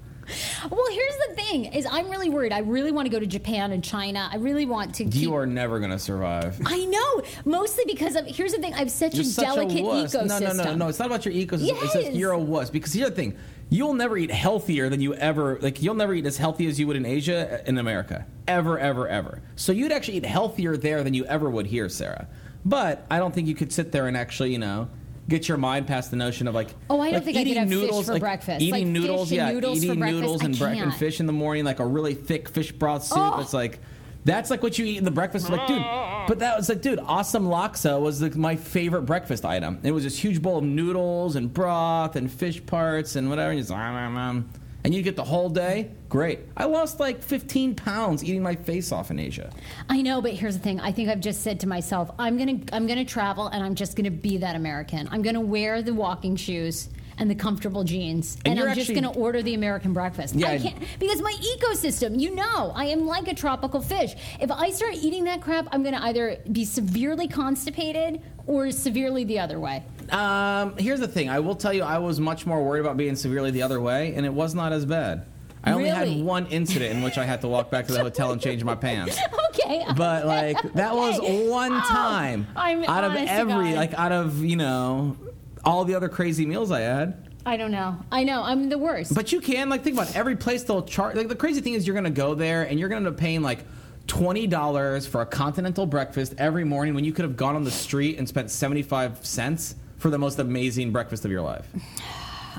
[SPEAKER 1] well, here's the thing: is I'm really worried. I really want to go to Japan and China. I really want to. keep-
[SPEAKER 2] you are never gonna survive.
[SPEAKER 1] I know, mostly because of here's the thing. I have such
[SPEAKER 2] You're
[SPEAKER 1] a
[SPEAKER 2] such
[SPEAKER 1] delicate
[SPEAKER 2] a wuss.
[SPEAKER 1] ecosystem.
[SPEAKER 2] No, no, no, no. It's not about your ecosystem. It's just
[SPEAKER 1] Yes.
[SPEAKER 2] you're a wuss. Because here's the thing: you'll never eat healthier than you ever. Like you'll never eat as healthy as you would in Asia uh, in America. Ever, ever, ever. So you'd actually eat healthier there than you ever would here, Sarah. But I don't think you could sit there and actually, you know. Get your mind past the notion of like
[SPEAKER 1] Oh, I don't
[SPEAKER 2] like
[SPEAKER 1] think I could
[SPEAKER 2] eating
[SPEAKER 1] have fish
[SPEAKER 2] noodles
[SPEAKER 1] for
[SPEAKER 2] like
[SPEAKER 1] breakfast.
[SPEAKER 2] Eating
[SPEAKER 1] Like, fish
[SPEAKER 2] noodles,
[SPEAKER 1] and
[SPEAKER 2] yeah,
[SPEAKER 1] noodles for
[SPEAKER 2] eating
[SPEAKER 1] breakfast,
[SPEAKER 2] noodles
[SPEAKER 1] I
[SPEAKER 2] and, bre- and
[SPEAKER 1] can't.
[SPEAKER 2] fish in the morning, like a really thick fish broth soup.
[SPEAKER 1] Oh.
[SPEAKER 2] It's like that's like what you eat in the breakfast. Like, dude, but that was like, dude, awesome laksa was like my favorite breakfast item. It was this huge bowl of noodles and broth and fish parts and whatever. And you just, "Ah, ah, ah." and you get the whole day. Great. I lost like 15 pounds eating my face off in Asia.
[SPEAKER 1] I know, but here's the thing. I think I've just said to myself, I'm gonna I'm gonna travel and I'm just gonna be that American. I'm gonna wear the walking shoes and the comfortable jeans,
[SPEAKER 2] And
[SPEAKER 1] and, I'm
[SPEAKER 2] you're
[SPEAKER 1] just
[SPEAKER 2] actually-
[SPEAKER 1] gonna order the American breakfast.
[SPEAKER 2] Yeah,
[SPEAKER 1] I
[SPEAKER 2] I-
[SPEAKER 1] can't because my ecosystem. You know, I am like a tropical fish. If I start eating that crap, I'm gonna either be severely constipated or severely the other way.
[SPEAKER 2] Um, here's the thing. I will tell you, I was much more worried about being severely the other way, and it was not as bad. I only
[SPEAKER 1] Really?
[SPEAKER 2] had one incident in which I had to walk back to the hotel and change my pants.
[SPEAKER 1] okay, okay,
[SPEAKER 2] But like that was
[SPEAKER 1] okay.
[SPEAKER 2] one
[SPEAKER 1] Oh,
[SPEAKER 2] time
[SPEAKER 1] I'm
[SPEAKER 2] out of
[SPEAKER 1] honest to
[SPEAKER 2] every
[SPEAKER 1] God.
[SPEAKER 2] like out of you know all the other crazy meals I had.
[SPEAKER 1] I don't know. I know I'm the worst.
[SPEAKER 2] But you can like think about it. every place they'll charge. Like the crazy thing is you're gonna go there and you're gonna end up paying like twenty dollars for a continental breakfast every morning when you could have gone on the street and spent seventy five cents for the most amazing breakfast of your life.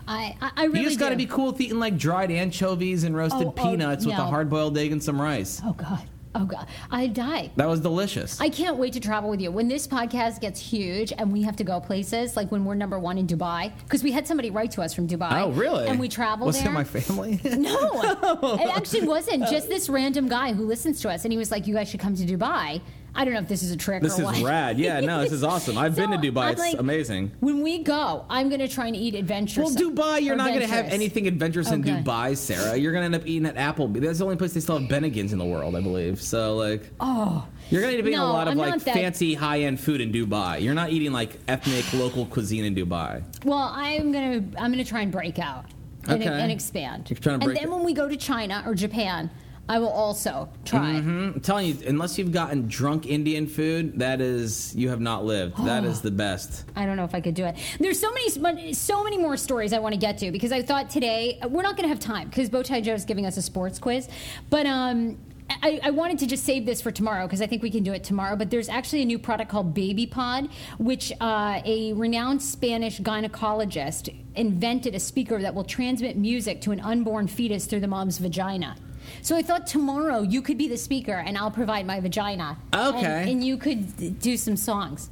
[SPEAKER 1] I, I, I really
[SPEAKER 2] you just got to be cool with eating like dried anchovies and roasted
[SPEAKER 1] Oh, oh,
[SPEAKER 2] peanuts with
[SPEAKER 1] no.
[SPEAKER 2] a hard boiled egg and some rice.
[SPEAKER 1] Oh god. Oh god. I'd die.
[SPEAKER 2] That was delicious.
[SPEAKER 1] I can't wait to travel with you. When this podcast gets huge and we have to go places, like when we're number one in Dubai, because we had somebody write to us from Dubai.
[SPEAKER 2] oh, really?
[SPEAKER 1] And we traveled
[SPEAKER 2] Was
[SPEAKER 1] there.
[SPEAKER 2] it my family?
[SPEAKER 1] No, it actually wasn't. Just this random guy who listens to us, and he was like, "You guys should come to Dubai." I don't know if this is a trick.
[SPEAKER 2] This
[SPEAKER 1] or
[SPEAKER 2] is
[SPEAKER 1] what.
[SPEAKER 2] rad. Yeah, no, this is awesome. I've been to
[SPEAKER 1] So,
[SPEAKER 2] Dubai.
[SPEAKER 1] I'm
[SPEAKER 2] It's
[SPEAKER 1] like,
[SPEAKER 2] amazing.
[SPEAKER 1] When we go, I'm gonna try and eat adventurous.
[SPEAKER 2] Well, Dubai, you're not going to have
[SPEAKER 1] adventurous.
[SPEAKER 2] anything adventurous in
[SPEAKER 1] Okay.
[SPEAKER 2] Dubai, Sarah. You're going to end up eating at Applebee. That's the only place they still have Bennigan's in the world, I believe. So, like, oh, you're going to be eating a
[SPEAKER 1] No,
[SPEAKER 2] lot of
[SPEAKER 1] I'm
[SPEAKER 2] like
[SPEAKER 1] not that-
[SPEAKER 2] fancy high end food in Dubai. You're not eating like ethnic local cuisine in Dubai.
[SPEAKER 1] Well, I'm gonna I'm gonna try and break out and,
[SPEAKER 2] Okay.
[SPEAKER 1] and expand.
[SPEAKER 2] You're trying to break
[SPEAKER 1] and then
[SPEAKER 2] it.
[SPEAKER 1] when we go to China or Japan, I will also try.
[SPEAKER 2] I'm telling you, unless you've gotten drunk Indian food, that is you have not lived. That is the best.
[SPEAKER 1] I don't know if I could do it. There's so many so many more stories I want to get to because I thought today we're not going to have time because Bowtie Joe's giving us a sports quiz, but um. I, I wanted to just save this for tomorrow because I think we can do it tomorrow. But there's actually a new product called Baby Pod, which uh, a renowned Spanish gynecologist invented a speaker that will transmit music to an unborn fetus through the mom's vagina. So I thought tomorrow you could be the speaker and I'll provide my vagina. And-
[SPEAKER 2] Okay.
[SPEAKER 1] and you could d- do some songs.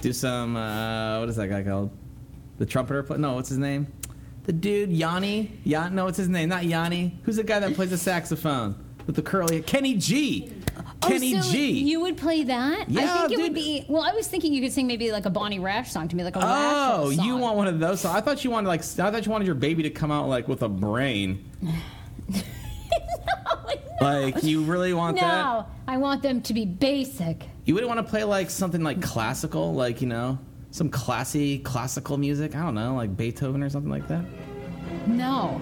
[SPEAKER 2] Do some uh, what is that guy called? The trumpeter? Play- no, what's his name? The dude Yanni? Ya- no, what's his name? Not Yanni. Who's the guy that plays the saxophone with the curly? Kenny G. Kenny
[SPEAKER 1] oh, so
[SPEAKER 2] G.
[SPEAKER 1] You would play that? I
[SPEAKER 2] Yeah,
[SPEAKER 1] think it would
[SPEAKER 2] dude.
[SPEAKER 1] be. Well, I was thinking you could sing maybe like a Bonnie Rash song to me, like a Rash
[SPEAKER 2] oh,
[SPEAKER 1] song.
[SPEAKER 2] you want one of those? So I thought you wanted like I thought you wanted your baby to come out like with a brain. Like you really want that?
[SPEAKER 1] No, I want them to be basic.
[SPEAKER 2] You wouldn't want to play like something like classical, like you know, some classy classical music. I don't know, like Beethoven or something like that.
[SPEAKER 1] No.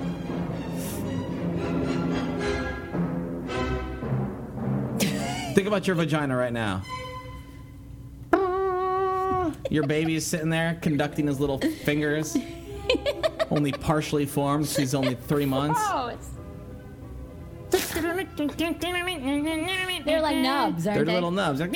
[SPEAKER 2] Think about your vagina right now. Your baby is sitting there conducting his little fingers, only partially formed. She's only three months.
[SPEAKER 1] Oh, They're like nubs, aren't
[SPEAKER 2] They're
[SPEAKER 1] they?
[SPEAKER 2] little nubs. They're-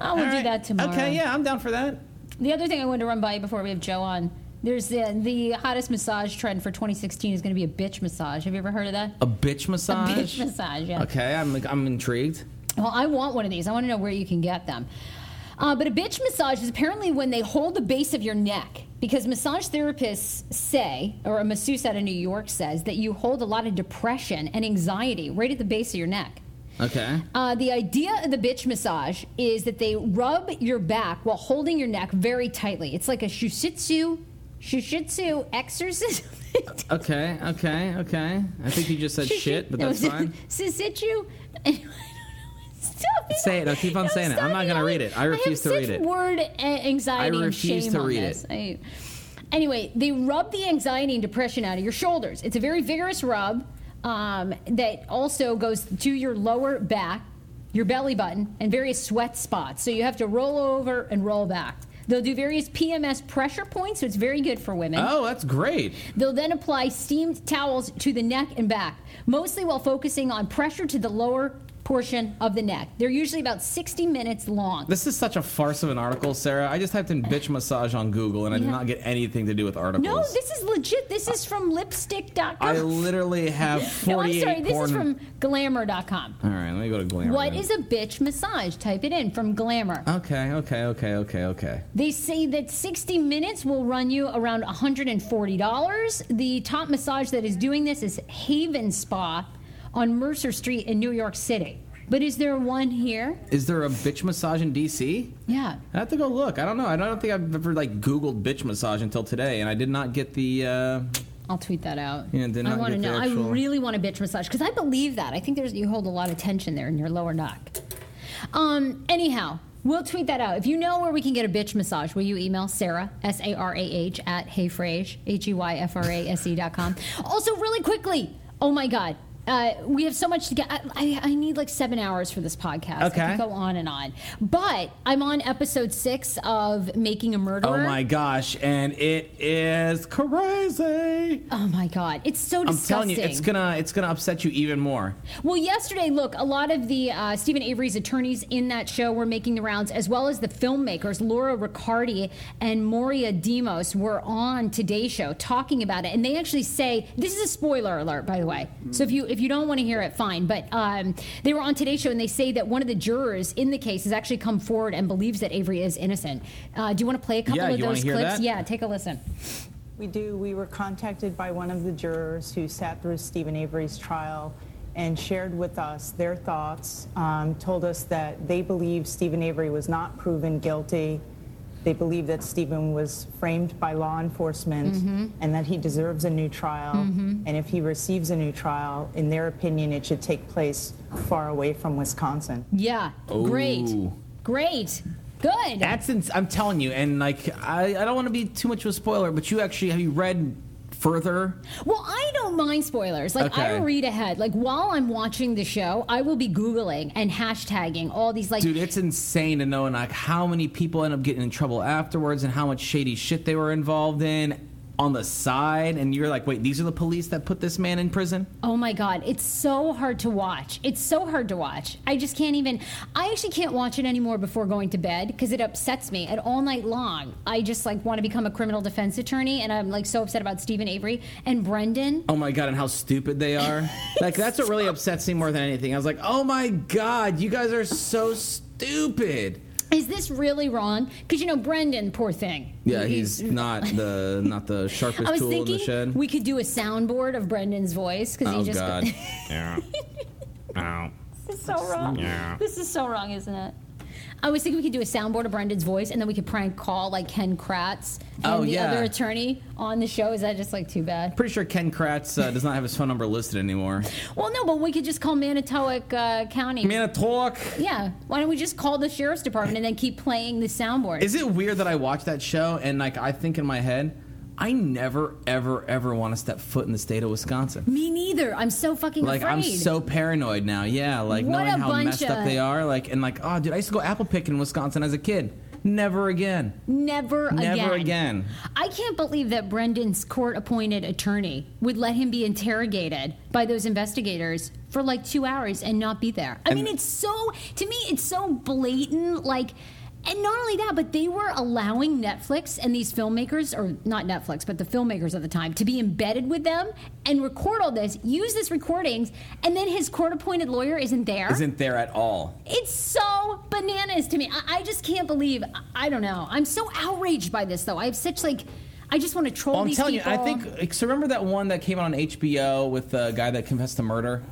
[SPEAKER 1] I will do that tomorrow.
[SPEAKER 2] Okay, yeah, I'm down for that.
[SPEAKER 1] The other thing I wanted to run by you before we have Joe on. There's the, the hottest massage trend for 2016 is going to be a bitch massage. Have you ever heard of that?
[SPEAKER 2] A bitch massage.
[SPEAKER 1] Bitch massage. Yeah.
[SPEAKER 2] Okay, I'm I'm intrigued.
[SPEAKER 1] Well, I want one of these. I want to know where you can get them. Uh, but a bitch massage is apparently when they hold the base of your neck because massage therapists say, or a masseuse out of New York says, that you hold a lot of depression and anxiety right at the base of your neck.
[SPEAKER 2] Okay.
[SPEAKER 1] Uh, the idea of the bitch massage is that they rub your back while holding your neck very tightly. It's like a shusitsu, shusitsu exorcism.
[SPEAKER 2] Okay, okay, okay. I think you just said shit, but
[SPEAKER 1] No,
[SPEAKER 2] that's fine.
[SPEAKER 1] Shusitsu. Stop it.
[SPEAKER 2] Say it. I'll keep on
[SPEAKER 1] No,
[SPEAKER 2] saying it. I'm
[SPEAKER 1] stop
[SPEAKER 2] not gonna read it. I refuse to
[SPEAKER 1] have
[SPEAKER 2] read
[SPEAKER 1] such
[SPEAKER 2] it.
[SPEAKER 1] Word a- anxiety.
[SPEAKER 2] I
[SPEAKER 1] and
[SPEAKER 2] refuse
[SPEAKER 1] shame
[SPEAKER 2] to
[SPEAKER 1] on
[SPEAKER 2] read
[SPEAKER 1] this.
[SPEAKER 2] it.
[SPEAKER 1] I- anyway, they rub the anxiety and depression out of your shoulders. It's a very vigorous rub um, that also goes to your lower back, your belly button, and various sweat spots. So you have to roll over and roll back. They'll do various PMS pressure points, so it's very good for women.
[SPEAKER 2] Oh, that's great.
[SPEAKER 1] They'll then apply steamed towels to the neck and back, mostly while focusing on pressure to the lower portion of the neck. They're usually about 60 minutes long.
[SPEAKER 2] This is such a farce of an article, Sarah. I just typed in bitch massage on Google and I did
[SPEAKER 1] Yeah.
[SPEAKER 2] not get anything to do with articles.
[SPEAKER 1] no, this is legit. This is from lipstick.com.
[SPEAKER 2] I literally have
[SPEAKER 1] no, I'm
[SPEAKER 2] 48
[SPEAKER 1] sorry. This
[SPEAKER 2] porn-
[SPEAKER 1] is from glamour.com.
[SPEAKER 2] All right, let me go to Glamour.
[SPEAKER 1] What
[SPEAKER 2] then.
[SPEAKER 1] is a bitch massage? Type it in from Glamour.
[SPEAKER 2] Okay, okay, okay, okay, okay.
[SPEAKER 1] They say that 60 minutes will run you around $140. The top massage that is doing this is Haven Spa on Mercer Street in New York City. But is there one here?
[SPEAKER 2] Is there a bitch massage in DC?
[SPEAKER 1] Yeah.
[SPEAKER 2] I have to go look. I don't know. I don't think I've ever like Googled bitch massage until today, and I did not get the. Uh,
[SPEAKER 1] I'll tweet that out.
[SPEAKER 2] Yeah, did
[SPEAKER 1] I
[SPEAKER 2] not
[SPEAKER 1] want to
[SPEAKER 2] get the
[SPEAKER 1] know. I
[SPEAKER 2] actual-
[SPEAKER 1] really want a bitch massage because I believe that. I think there's you hold a lot of tension there in your lower neck. Um. Anyhow, we'll tweet that out. If you know where we can get a bitch massage, will you email Sarah S A R A H at heyfrage h e y f r a s e dot com. Also, really quickly. Oh my God. Uh, we have so much to get. I, I, I need like seven hours for this podcast. I
[SPEAKER 2] Okay.
[SPEAKER 1] could go on and on. But I'm on episode six of Making a Murderer.
[SPEAKER 2] Oh my gosh, and it is crazy.
[SPEAKER 1] Oh my god, it's so
[SPEAKER 2] I'm
[SPEAKER 1] disgusting.
[SPEAKER 2] telling you, it's gonna it's gonna upset you even more.
[SPEAKER 1] Well, yesterday, look, a lot of the uh, Stephen Avery's attorneys in that show were making the rounds, as well as the filmmakers Laura Riccardi and Moria Demos were on today's show talking about it, and they actually say this is a spoiler alert, by the way. So if you if you don't want to hear it, fine. But um, they were on today's show, and they say that one of the jurors in the case has actually come forward and believes that Avery is innocent. Uh, do you want to play a couple
[SPEAKER 2] Yeah,
[SPEAKER 1] of
[SPEAKER 2] you wanna
[SPEAKER 1] those
[SPEAKER 2] hear
[SPEAKER 1] clips?
[SPEAKER 2] that?
[SPEAKER 1] Yeah, take a listen.
[SPEAKER 6] We do. We were contacted by one of the jurors who sat through Stephen Avery's trial and shared with us their thoughts, um, told us that they believe Stephen Avery was not proven guilty. They believe that Stephen was framed by law enforcement and that he deserves a new trial. And if he receives a new trial, in their opinion, it should take place far away from Wisconsin.
[SPEAKER 1] Yeah, great,
[SPEAKER 2] Ooh.
[SPEAKER 1] great, good.
[SPEAKER 2] That's ins- I'm telling you, and like I, I don't want to be too much of a spoiler, but you actually have you read further?
[SPEAKER 1] Well, I don't mind spoilers. Like I
[SPEAKER 2] Okay.
[SPEAKER 1] read ahead. Like while I'm watching the show, I will be googling and hashtagging all these like
[SPEAKER 2] Dude, it's insane to know like how many people end up getting in trouble afterwards and how much shady shit they were involved in on the side and you're like, "Wait, these are the police that put this man in prison?"
[SPEAKER 1] Oh my god, it's so hard to watch. It's so hard to watch. I just can't even. I actually can't watch it anymore before going to bed because it upsets me. And all night long, I just like want to become a criminal defense attorney, and I'm like so upset about Stephen Avery and Brendan.
[SPEAKER 2] Oh my god, and how stupid they are. like that's what really upsets me more than anything. I was like, "Oh my god, you guys are so stupid."
[SPEAKER 1] Is this really wrong? Because you know Brendan, poor thing.
[SPEAKER 2] Yeah, he's not the not the sharpest
[SPEAKER 1] I was
[SPEAKER 2] tool in the
[SPEAKER 1] thinking
[SPEAKER 2] shed.
[SPEAKER 1] we could do a soundboard of Brendan's voice because
[SPEAKER 2] oh
[SPEAKER 1] he just.
[SPEAKER 2] god. yeah. Ow.
[SPEAKER 1] This is so wrong.
[SPEAKER 2] Yeah.
[SPEAKER 1] This is so wrong, isn't it? I was thinking we could do a soundboard of Brendan's voice, and then we could prank call like Ken Kratz and
[SPEAKER 2] Oh,
[SPEAKER 1] the
[SPEAKER 2] yeah.
[SPEAKER 1] other attorney on the show. Is that just like too bad?
[SPEAKER 2] Pretty sure Ken Kratz uh, does not have his phone number listed anymore.
[SPEAKER 1] Well, no, but we could just call Manitowoc uh, County.
[SPEAKER 2] Manitowoc.
[SPEAKER 1] yeah, why don't we just call the sheriff's department and then keep playing the soundboard?
[SPEAKER 2] Is it weird that I watch that show and like I think in my head, I never ever ever want to step foot in the state of Wisconsin.
[SPEAKER 1] Me neither. I'm so fucking
[SPEAKER 2] Like
[SPEAKER 1] afraid.
[SPEAKER 2] I'm so paranoid now. Yeah, like
[SPEAKER 1] What
[SPEAKER 2] knowing
[SPEAKER 1] a
[SPEAKER 2] how
[SPEAKER 1] bunch
[SPEAKER 2] messed
[SPEAKER 1] of-
[SPEAKER 2] up they are. Like and like oh dude, I used to go apple picking in Wisconsin as a kid. Never again.
[SPEAKER 1] Never again.
[SPEAKER 2] Never again.
[SPEAKER 1] I can't believe that Brendan's court appointed attorney would let him be interrogated by those investigators for like two hours and not be there. I mean,
[SPEAKER 2] And-
[SPEAKER 1] it's so, to me, it's so blatant. Like, and not only that, but they were allowing Netflix and these filmmakers, or not Netflix, but the filmmakers at the time, to be embedded with them and record all this, use this recordings, and then his court appointed lawyer isn't there.
[SPEAKER 2] Isn't there at all.
[SPEAKER 1] It's so bananas to me. I, I just can't believe. I- I don't know. I'm so outraged by this, though. I have such like. I just want to troll
[SPEAKER 2] Well, I'm
[SPEAKER 1] these
[SPEAKER 2] telling
[SPEAKER 1] people.
[SPEAKER 2] you, I think. like, So remember that one that came out on HBO with the guy that confessed to murder,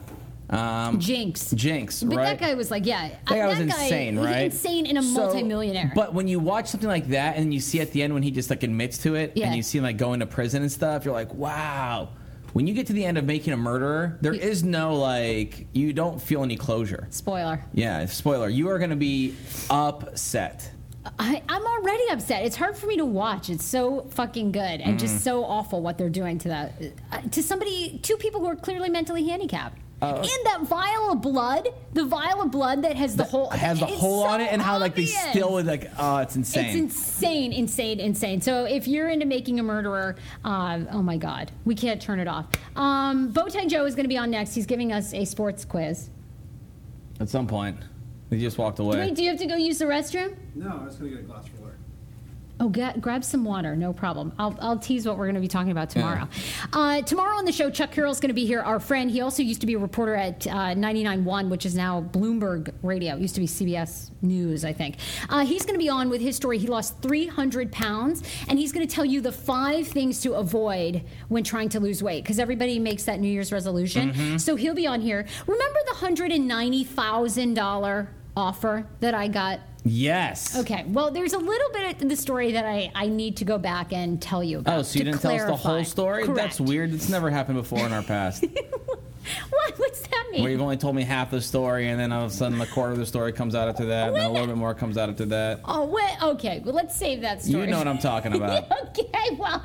[SPEAKER 2] um,
[SPEAKER 1] Jinx.
[SPEAKER 2] Jinx,
[SPEAKER 1] But
[SPEAKER 2] right?
[SPEAKER 1] that guy was like, yeah,
[SPEAKER 2] That guy was insane,
[SPEAKER 1] he's
[SPEAKER 2] right?
[SPEAKER 1] Insane and a
[SPEAKER 2] So-
[SPEAKER 1] multimillionaire.
[SPEAKER 2] But when you watch something like that and you see at the end when he just like admits to it
[SPEAKER 1] Yeah.
[SPEAKER 2] and you see him like going to prison and stuff, you're like, wow. When you get to the end of making a murderer, there
[SPEAKER 1] You-
[SPEAKER 2] is no like you don't feel any closure.
[SPEAKER 1] spoiler.
[SPEAKER 2] Yeah, spoiler. You are going to be upset.
[SPEAKER 1] I, I'm already upset. It's hard for me to watch. It's so fucking good and
[SPEAKER 2] Mm.
[SPEAKER 1] just so awful what they're doing to that uh, to somebody, two people who are clearly mentally handicapped.
[SPEAKER 2] Oh.
[SPEAKER 1] and that vial of blood, the vial of blood that has the whole
[SPEAKER 2] Has the
[SPEAKER 1] it's
[SPEAKER 2] hole
[SPEAKER 1] so
[SPEAKER 2] on it and how like they
[SPEAKER 1] obvious.
[SPEAKER 2] still would like oh, it's insane.
[SPEAKER 1] It's insane, insane, insane. So if you're into making a murderer, um, oh my God, we can't turn it off. Um, Bowtie Joe is going to be on next. He's giving us a sports quiz.
[SPEAKER 2] at some point, he just walked away.
[SPEAKER 1] Wait, do you have to go use the restroom?
[SPEAKER 3] No, I was gonna get a glass for work.
[SPEAKER 1] Oh, ga- grab some water, no problem. I'll, I'll tease what we're going to be talking about tomorrow. Uh, tomorrow on the show, Chuck Carroll's going to be here, our friend. He also used to be a reporter at uh, 99.1, which is now Bloomberg Radio. It used to be CBS News, I think. Uh, he's going to be on with his story. He lost 300 pounds, and he's going to tell you the five things to avoid when trying to lose weight, because everybody makes that New Year's resolution. So he'll be on here. Remember the $190,000 offer that I got
[SPEAKER 2] Yes.
[SPEAKER 1] Okay. Well, there's a little bit of the story that I, I need to go back and tell you about.
[SPEAKER 2] Oh, so you
[SPEAKER 1] to
[SPEAKER 2] didn't tell us the
[SPEAKER 1] clarify.
[SPEAKER 2] whole story? That's
[SPEAKER 1] Correct.
[SPEAKER 2] weird. It's never happened before in our past.
[SPEAKER 1] What? What's that mean?
[SPEAKER 2] where you've only told me half the story, and then all of a sudden a quarter of the story comes out after that, and then a little bit more comes out after that.
[SPEAKER 1] oh, what? Okay. Well, let's save that story.
[SPEAKER 2] You know what I'm talking about.
[SPEAKER 1] okay. Well,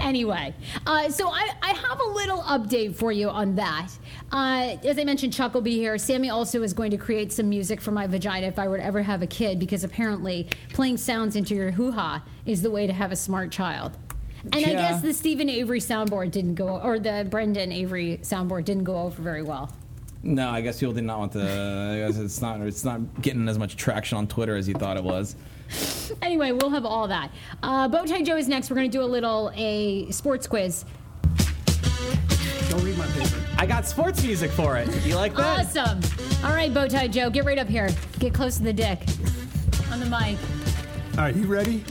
[SPEAKER 1] anyway, uh, so I, I have a little update for you on that. Uh, as I mentioned, Chuck will be here. Sammy also is going to create some music for my vagina if I were to ever have a kid, because apparently playing sounds into your hoo ha is the way to have a smart child. And I
[SPEAKER 2] Yeah.
[SPEAKER 1] guess the Stephen Avery soundboard didn't go, or the Brendan Avery soundboard didn't go over very well.
[SPEAKER 2] No, I guess people did not want to. I guess it's not. It's not getting as much traction on Twitter as you thought it was.
[SPEAKER 1] Anyway, we'll have all that. Uh, Bowtie Joe is next. We're going to do a little a sports quiz.
[SPEAKER 3] Don't read my paper.
[SPEAKER 2] I got sports music for it. You like that?
[SPEAKER 1] Awesome. All right, Bowtie Joe, get right up here. Get close to the dick on the mic.
[SPEAKER 7] All right, you ready?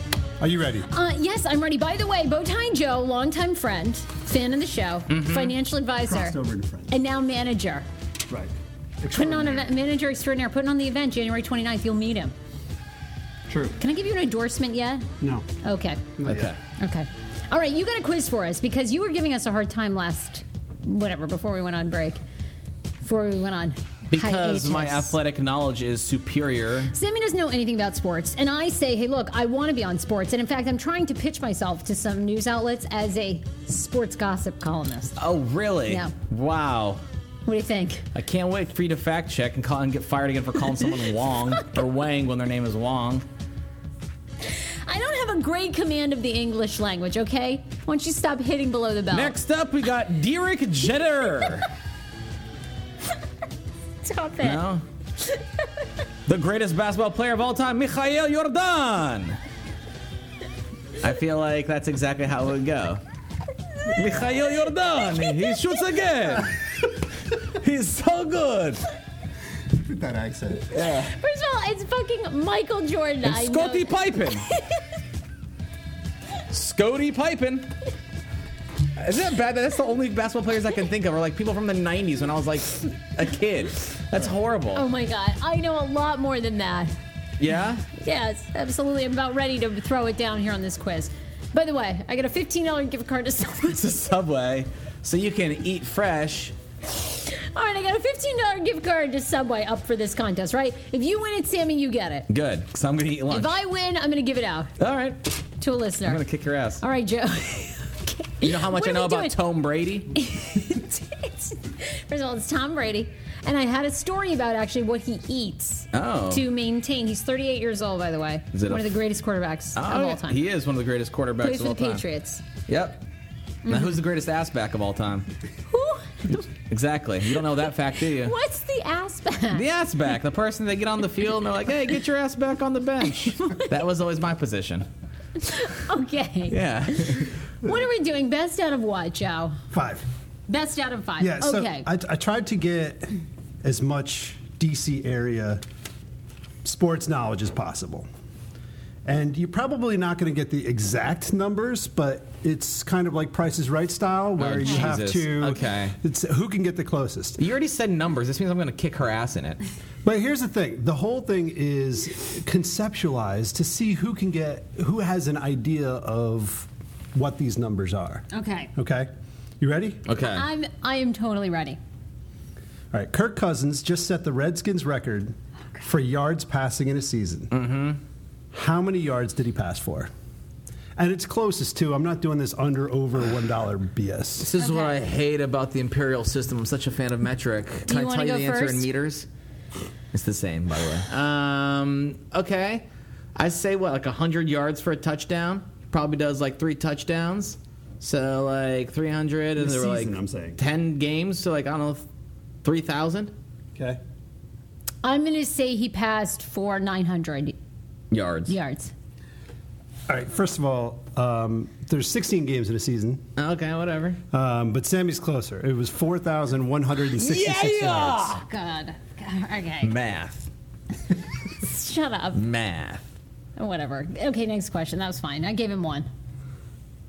[SPEAKER 7] Are you ready?
[SPEAKER 1] Uh, yes, I'm ready. By the way, Bowtie Joe, longtime friend, fan of the show, financial advisor,
[SPEAKER 3] Crossed over into friends.
[SPEAKER 1] and now manager.
[SPEAKER 3] Right.
[SPEAKER 1] Putting on a manager extraordinaire, putting on the event January 29th. You'll meet him.
[SPEAKER 3] True.
[SPEAKER 1] Can I give you an endorsement yet?
[SPEAKER 3] No.
[SPEAKER 1] Okay.
[SPEAKER 2] Okay.
[SPEAKER 1] Okay. All right, you got a quiz for us because you were giving us a hard time last, whatever, before we went on break. Before we went on.
[SPEAKER 2] Because my
[SPEAKER 1] hiatus.
[SPEAKER 2] athletic knowledge is superior.
[SPEAKER 1] Sammy doesn't know anything about sports, and I say, hey, look, I want to be on sports. And in fact, I'm trying to pitch myself to some news outlets as a sports gossip columnist.
[SPEAKER 2] Oh, really?
[SPEAKER 1] Yeah.
[SPEAKER 2] Wow.
[SPEAKER 1] What do you think?
[SPEAKER 2] I can't wait for you to fact check and call and get fired again for calling someone Wong or Wang when their name is Wong.
[SPEAKER 1] I don't have a great command of the English language, okay? Why don't you stop hitting below the belt?
[SPEAKER 2] Next up, we got Derek Jeter.
[SPEAKER 1] Stop it.
[SPEAKER 2] no? The greatest basketball player of all time, Mikhail Jordan. I feel like that's exactly how it would go. Mikhail Jordan, he shoots again. He's so good.
[SPEAKER 7] With that accent.
[SPEAKER 1] First of all, it's fucking Michael Jordan.
[SPEAKER 2] And
[SPEAKER 1] I know
[SPEAKER 2] Scotty
[SPEAKER 1] that.
[SPEAKER 2] Pipin. Scotty Pipin. Isn't that bad? that That's the only basketball players I can think of are like people from the 90s when I was like a kid. That's horrible.
[SPEAKER 1] Oh my god, I know a lot more than that.
[SPEAKER 2] Yeah?
[SPEAKER 1] Yes, absolutely. I'm about ready to throw it down here on this quiz. By the way, I got a $15 gift card to someone.
[SPEAKER 2] It's a subway. So you can eat fresh.
[SPEAKER 1] All right, I got a $15 gift card to Subway up for this contest, right? If you win it, Sammy, you get it.
[SPEAKER 2] Good. So I'm going to eat
[SPEAKER 1] If
[SPEAKER 2] lunch.
[SPEAKER 1] I win, I'm going to give it out
[SPEAKER 2] All right.
[SPEAKER 1] to a
[SPEAKER 2] I'm
[SPEAKER 1] listener.
[SPEAKER 2] going to kick your ass.
[SPEAKER 1] All right, Joe.
[SPEAKER 2] You know how much I know about Tom Brady?
[SPEAKER 1] First of all, it's Tom Brady, and I had a story about actually what he eats
[SPEAKER 2] Oh.
[SPEAKER 1] to maintain. He's 38 years old, by the way.
[SPEAKER 2] Is it
[SPEAKER 1] One
[SPEAKER 2] a- Oh,
[SPEAKER 1] of the greatest quarterbacks of all time.
[SPEAKER 2] He is one of the greatest quarterbacks
[SPEAKER 1] Plays
[SPEAKER 2] of
[SPEAKER 1] for the
[SPEAKER 2] all time.
[SPEAKER 1] Patriots. Mm-hmm.
[SPEAKER 2] Yep. Now, who's the greatest ass back of all time?
[SPEAKER 1] Who?
[SPEAKER 2] Exactly. You don't know that fact, do you?
[SPEAKER 1] What's the aspect?
[SPEAKER 2] The ass back, the person they get on the field and they're like, hey, get your ass back on the bench. that was always my position.
[SPEAKER 1] Okay.
[SPEAKER 2] Yeah.
[SPEAKER 1] What are we doing? Best out of what, Joe?
[SPEAKER 7] Five.
[SPEAKER 1] Best out of five.
[SPEAKER 7] Yeah, so
[SPEAKER 1] okay.
[SPEAKER 7] I, I tried to get as much DC area sports knowledge as possible. And you're probably not going to get the exact numbers, but it's kind of like Price is Right style, where you have
[SPEAKER 2] Oh, Jesus.
[SPEAKER 7] to.
[SPEAKER 2] Okay.
[SPEAKER 7] It's who can get the closest.
[SPEAKER 2] you already said numbers. This means I'm going to kick her ass in it.
[SPEAKER 7] But here's the thing: the whole thing is conceptualized to see who can get, who has an idea of what these numbers are.
[SPEAKER 1] okay.
[SPEAKER 7] Okay, you ready?
[SPEAKER 2] Okay.
[SPEAKER 1] I'm I am totally ready.
[SPEAKER 7] All right, Kirk Cousins just set the Redskins record for yards passing in a season. Mm-hmm. How many yards did he pass for? And it's closest to. I'm not doing this under over one dollar BS.
[SPEAKER 2] this is what
[SPEAKER 1] Okay.
[SPEAKER 2] I hate about the imperial system. I'm such a fan of metric.
[SPEAKER 1] you
[SPEAKER 2] Can I
[SPEAKER 1] wanna
[SPEAKER 2] tell you
[SPEAKER 1] go
[SPEAKER 2] the answer in
[SPEAKER 1] first?
[SPEAKER 2] meters? It's the same, by the way. Um, okay. I say what, like 100 yards for a touchdown? Probably does like three touchdowns. So like 300 and
[SPEAKER 3] The
[SPEAKER 2] there were like
[SPEAKER 3] season, I'm saying.
[SPEAKER 2] 10 games. So like, I don't know, 3,000
[SPEAKER 7] Okay.
[SPEAKER 1] I'm gonna say he passed for 900
[SPEAKER 2] yards.
[SPEAKER 1] yards.
[SPEAKER 7] All right. First of all, um, there's 16 games in a season,
[SPEAKER 2] Okay, whatever.
[SPEAKER 7] um, but Sammy's closer. It was 4,166 yards.
[SPEAKER 1] God. Okay.
[SPEAKER 2] Math.
[SPEAKER 1] Shut up.
[SPEAKER 2] Math.
[SPEAKER 1] Whatever. Okay. Next question. That was fine. I gave him one.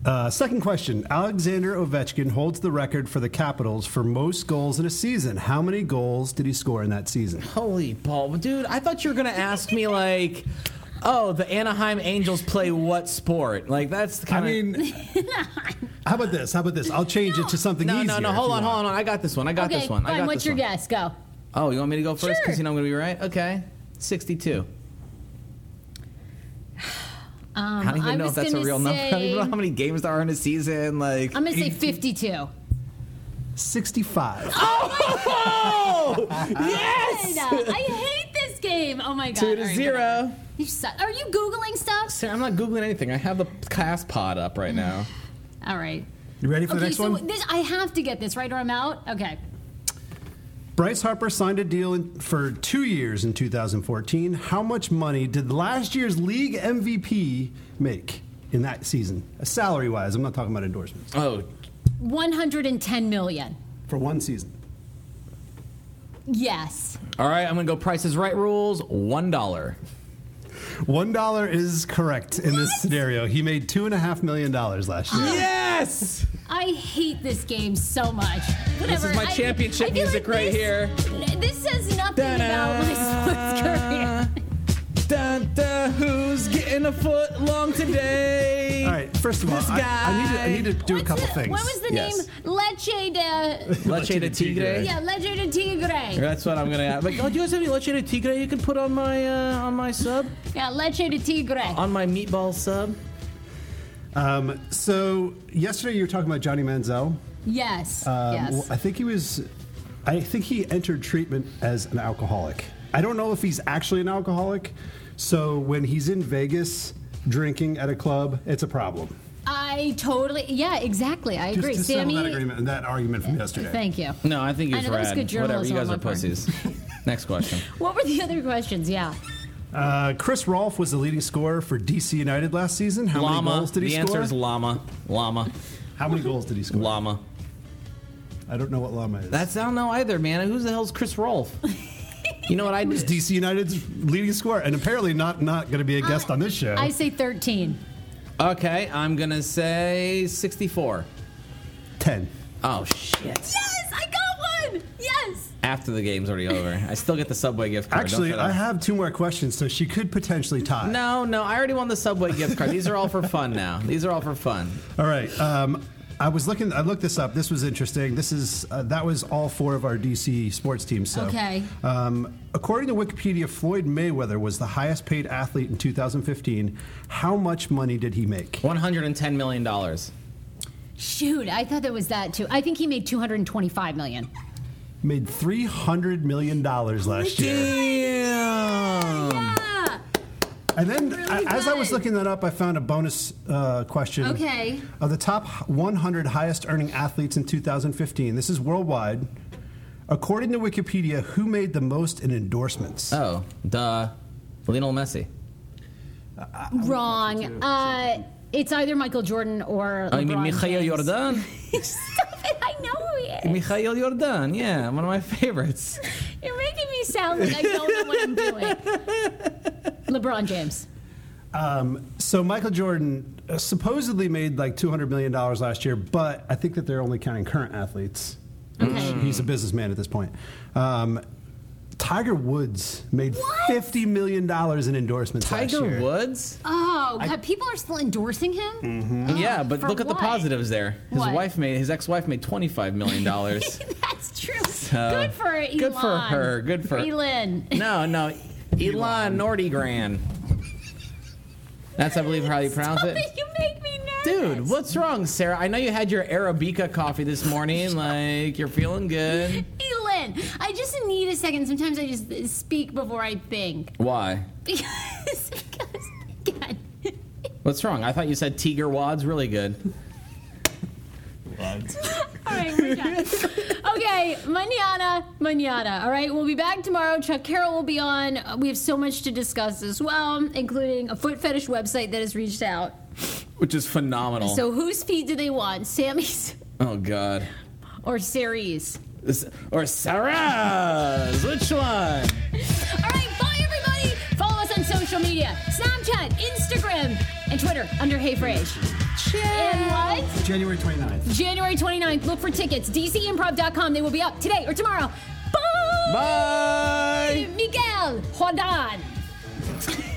[SPEAKER 7] Uh, second question: Alexander Ovechkin holds the record for the Capitals for most goals in a season. How many goals did he score in that season?
[SPEAKER 2] Holy Paul, dude! I thought you were gonna ask me like, oh, the Anaheim Angels play what sport? Like that's the
[SPEAKER 7] I
[SPEAKER 2] kind of.
[SPEAKER 7] mean, how about this? How about this? I'll change it to something
[SPEAKER 2] No,
[SPEAKER 7] easier.
[SPEAKER 2] no, no!
[SPEAKER 7] if
[SPEAKER 2] Hold
[SPEAKER 7] you
[SPEAKER 2] on,
[SPEAKER 7] want.
[SPEAKER 2] hold on! I got this one. I got
[SPEAKER 1] okay.
[SPEAKER 2] this one. I
[SPEAKER 1] Fine.
[SPEAKER 2] got
[SPEAKER 1] What's
[SPEAKER 2] this
[SPEAKER 1] your
[SPEAKER 2] one.
[SPEAKER 1] guess? Go.
[SPEAKER 2] Oh, you want me to go first
[SPEAKER 1] Sure.
[SPEAKER 2] because you know I'm gonna be right? Okay, sixty-two.
[SPEAKER 1] Um,
[SPEAKER 2] I don't even
[SPEAKER 1] I
[SPEAKER 2] know if
[SPEAKER 1] was
[SPEAKER 2] that's a
[SPEAKER 1] gonna
[SPEAKER 2] real number. I don't even know
[SPEAKER 1] say-
[SPEAKER 2] how many games there are in a season. Like,
[SPEAKER 1] I'm gonna say 52.
[SPEAKER 7] 65.
[SPEAKER 2] Oh!
[SPEAKER 1] Good.
[SPEAKER 2] yes!
[SPEAKER 1] I hate this game. Oh my god.
[SPEAKER 2] Two
[SPEAKER 1] All
[SPEAKER 2] to
[SPEAKER 1] right,
[SPEAKER 2] zero.
[SPEAKER 1] You suck. Are you googling stuff?
[SPEAKER 2] Sarah, I'm not Googling anything. I have the class pod up right now.
[SPEAKER 1] All right.
[SPEAKER 7] You ready for the
[SPEAKER 1] okay,
[SPEAKER 7] next
[SPEAKER 1] so
[SPEAKER 7] one?
[SPEAKER 1] this I have to get this right or I'm out. Okay.
[SPEAKER 7] Bryce Harper signed a deal in, for two years in 2014. How much money did last year's league MVP make in that season? Salary wise, I'm not talking about endorsements.
[SPEAKER 2] Oh,
[SPEAKER 1] 110 million.
[SPEAKER 7] For one season.
[SPEAKER 1] Yes.
[SPEAKER 2] all right. I'm gonna go Prices Right rules. One dollar.
[SPEAKER 7] $1 is correct in this scenario. He made $2.5 million last year.
[SPEAKER 2] Yes!
[SPEAKER 1] I hate this game so much. Whatever.
[SPEAKER 2] is my
[SPEAKER 1] I-
[SPEAKER 2] championship
[SPEAKER 1] I feel
[SPEAKER 2] music right
[SPEAKER 1] this-
[SPEAKER 2] here.
[SPEAKER 1] This says nothing about my sports career.
[SPEAKER 2] Dun, dun, who's getting a foot long today?
[SPEAKER 7] All right, first of all,
[SPEAKER 2] This
[SPEAKER 7] I, I need to, I need to do
[SPEAKER 1] What's
[SPEAKER 7] a couple
[SPEAKER 1] the-
[SPEAKER 7] things.
[SPEAKER 1] What was the
[SPEAKER 2] Yes.
[SPEAKER 1] name? Leche de.
[SPEAKER 2] Leche de Tigre.
[SPEAKER 1] Yeah, Leche de Tigre.
[SPEAKER 2] That's what I'm gonna have. Like, oh, do you guys have any leche de tigre you can put on my uh, on my sub,
[SPEAKER 1] Yeah, Leche de Tigre.
[SPEAKER 2] on my meatball sub?
[SPEAKER 7] um, so, yesterday you were talking about Johnny Manziel.
[SPEAKER 1] Yes.
[SPEAKER 7] Um, well,
[SPEAKER 1] yes.
[SPEAKER 7] I think he was. I think he entered treatment as an alcoholic. I don't know if he's actually an alcoholic. So when he's in Vegas drinking at a club, it's a problem.
[SPEAKER 1] I totally. Yeah, exactly. I agree.
[SPEAKER 7] Just to
[SPEAKER 1] Sammy.
[SPEAKER 7] settle that agreement and that argument from yesterday.
[SPEAKER 1] Thank you.
[SPEAKER 2] No, I think
[SPEAKER 1] I
[SPEAKER 2] he's
[SPEAKER 1] know, that was
[SPEAKER 2] rad.
[SPEAKER 1] good
[SPEAKER 2] Whatever, you
[SPEAKER 1] journalism
[SPEAKER 2] guys
[SPEAKER 1] on
[SPEAKER 2] are
[SPEAKER 1] my part.
[SPEAKER 2] pussies. Next question.
[SPEAKER 1] What were the other questions? Yeah.
[SPEAKER 7] Uh, Chris Rolfe was the leading scorer for DC United last season. How many
[SPEAKER 2] llama.
[SPEAKER 7] goals did he
[SPEAKER 2] the
[SPEAKER 7] score?
[SPEAKER 2] answer is llama. Llama.
[SPEAKER 7] How many goals did he score?
[SPEAKER 2] Llama.
[SPEAKER 7] I don't know what llama is.
[SPEAKER 2] That's I don't know either, man. Who the hell's Chris Rolfe? You know what I just
[SPEAKER 7] DC United's leading scorer, and apparently not not going to be a guest on this show.
[SPEAKER 1] Uh, I say 13.
[SPEAKER 2] Okay, I'm gonna say 64.
[SPEAKER 7] Ten.
[SPEAKER 2] Oh shit!
[SPEAKER 1] Yes, I got one. Yes.
[SPEAKER 2] After the game's already over, I still get the Subway gift card. don't
[SPEAKER 7] Actually,
[SPEAKER 2] forget that.
[SPEAKER 7] I have two more questions, so she could potentially tie.
[SPEAKER 2] No, no, I already won the Subway gift card. These are all for fun now. These are all for fun.
[SPEAKER 7] All right. Um, I was looking. I looked this up. This was interesting. This is uh, that was all four of our DC sports teams. So,
[SPEAKER 1] Okay.
[SPEAKER 7] Um, according to Wikipedia, Floyd Mayweather was the highest-paid athlete in 2015. How much money did he make?
[SPEAKER 2] One hundred and ten million dollars.
[SPEAKER 1] Shoot, I thought that was that too. I think he made 225 million.
[SPEAKER 7] Made 300 million dollars last year.
[SPEAKER 2] Damn.
[SPEAKER 7] Um.
[SPEAKER 1] Yeah.
[SPEAKER 7] And then,
[SPEAKER 1] Really
[SPEAKER 7] a- as I was
[SPEAKER 1] good.
[SPEAKER 7] looking that up, I found a bonus uh, question.
[SPEAKER 1] Okay.
[SPEAKER 7] Of the top 100 highest-earning athletes in 2015, this is worldwide. According to Wikipedia, who made the most in endorsements?
[SPEAKER 2] Oh, duh. Lionel Messi.
[SPEAKER 1] Wrong. Uh, it's either Michael Jordan or.
[SPEAKER 2] I Uh, mean,
[SPEAKER 1] LeBron
[SPEAKER 2] Mikhail
[SPEAKER 1] James.
[SPEAKER 2] Jordan.
[SPEAKER 1] Stop it. I know who he is.
[SPEAKER 2] Mikhail Jordan. Yeah, one of my favorites.
[SPEAKER 1] You're making me sound like I don't know what I'm doing. LeBron James.
[SPEAKER 7] Um, so Michael Jordan uh, supposedly made like two hundred million dollars last year, but I think that they're only counting current athletes.
[SPEAKER 1] Okay.
[SPEAKER 7] He's a businessman at this point. Um, Tiger Woods made
[SPEAKER 1] What?
[SPEAKER 7] fifty million dollars in endorsements. last
[SPEAKER 2] Tiger
[SPEAKER 7] year.
[SPEAKER 2] Woods.
[SPEAKER 1] Oh, God, people are still endorsing him?
[SPEAKER 2] yeah, but
[SPEAKER 1] for
[SPEAKER 2] look at the
[SPEAKER 1] what?
[SPEAKER 2] positives there. His
[SPEAKER 1] What?
[SPEAKER 2] wife made his ex-wife made twenty-five million dollars.
[SPEAKER 1] That's true.
[SPEAKER 2] Uh,
[SPEAKER 1] good for Elon.
[SPEAKER 2] Good for her. Good for
[SPEAKER 1] Elon.
[SPEAKER 2] No, no. Elon Nordigran. That's I believe how you pronounce
[SPEAKER 1] Stop
[SPEAKER 2] it.
[SPEAKER 1] it. You make me nervous.
[SPEAKER 2] Dude, what's wrong, Sarah? I know you had your Arabica coffee this morning. Like, you're feeling good.
[SPEAKER 1] Elon, I just need a second. Sometimes I just speak before I think.
[SPEAKER 2] Why?
[SPEAKER 1] Because, because God.
[SPEAKER 2] What's wrong? I thought you said Tiger Wad's really good.
[SPEAKER 1] All right, we're done. okay, manana, manana. All right, we'll be back tomorrow. Chuck Carroll will be on. Uh, We have so much to discuss as well, including a foot fetish website that has reached out.
[SPEAKER 2] Which is phenomenal.
[SPEAKER 1] So, whose feet do they want? Sammy's
[SPEAKER 2] oh, God.
[SPEAKER 1] or Sari's?
[SPEAKER 2] This- Or Sarah's. Which one?
[SPEAKER 1] All right, bye everybody. Follow us on social media: Snapchat, Instagram, and Twitter under Hey Frage. And what?
[SPEAKER 7] January 29th.
[SPEAKER 1] January 29th. Look for tickets. DCImprov.com. They will be up today or tomorrow. Bye.
[SPEAKER 2] Bye.
[SPEAKER 1] Miguel Jordan.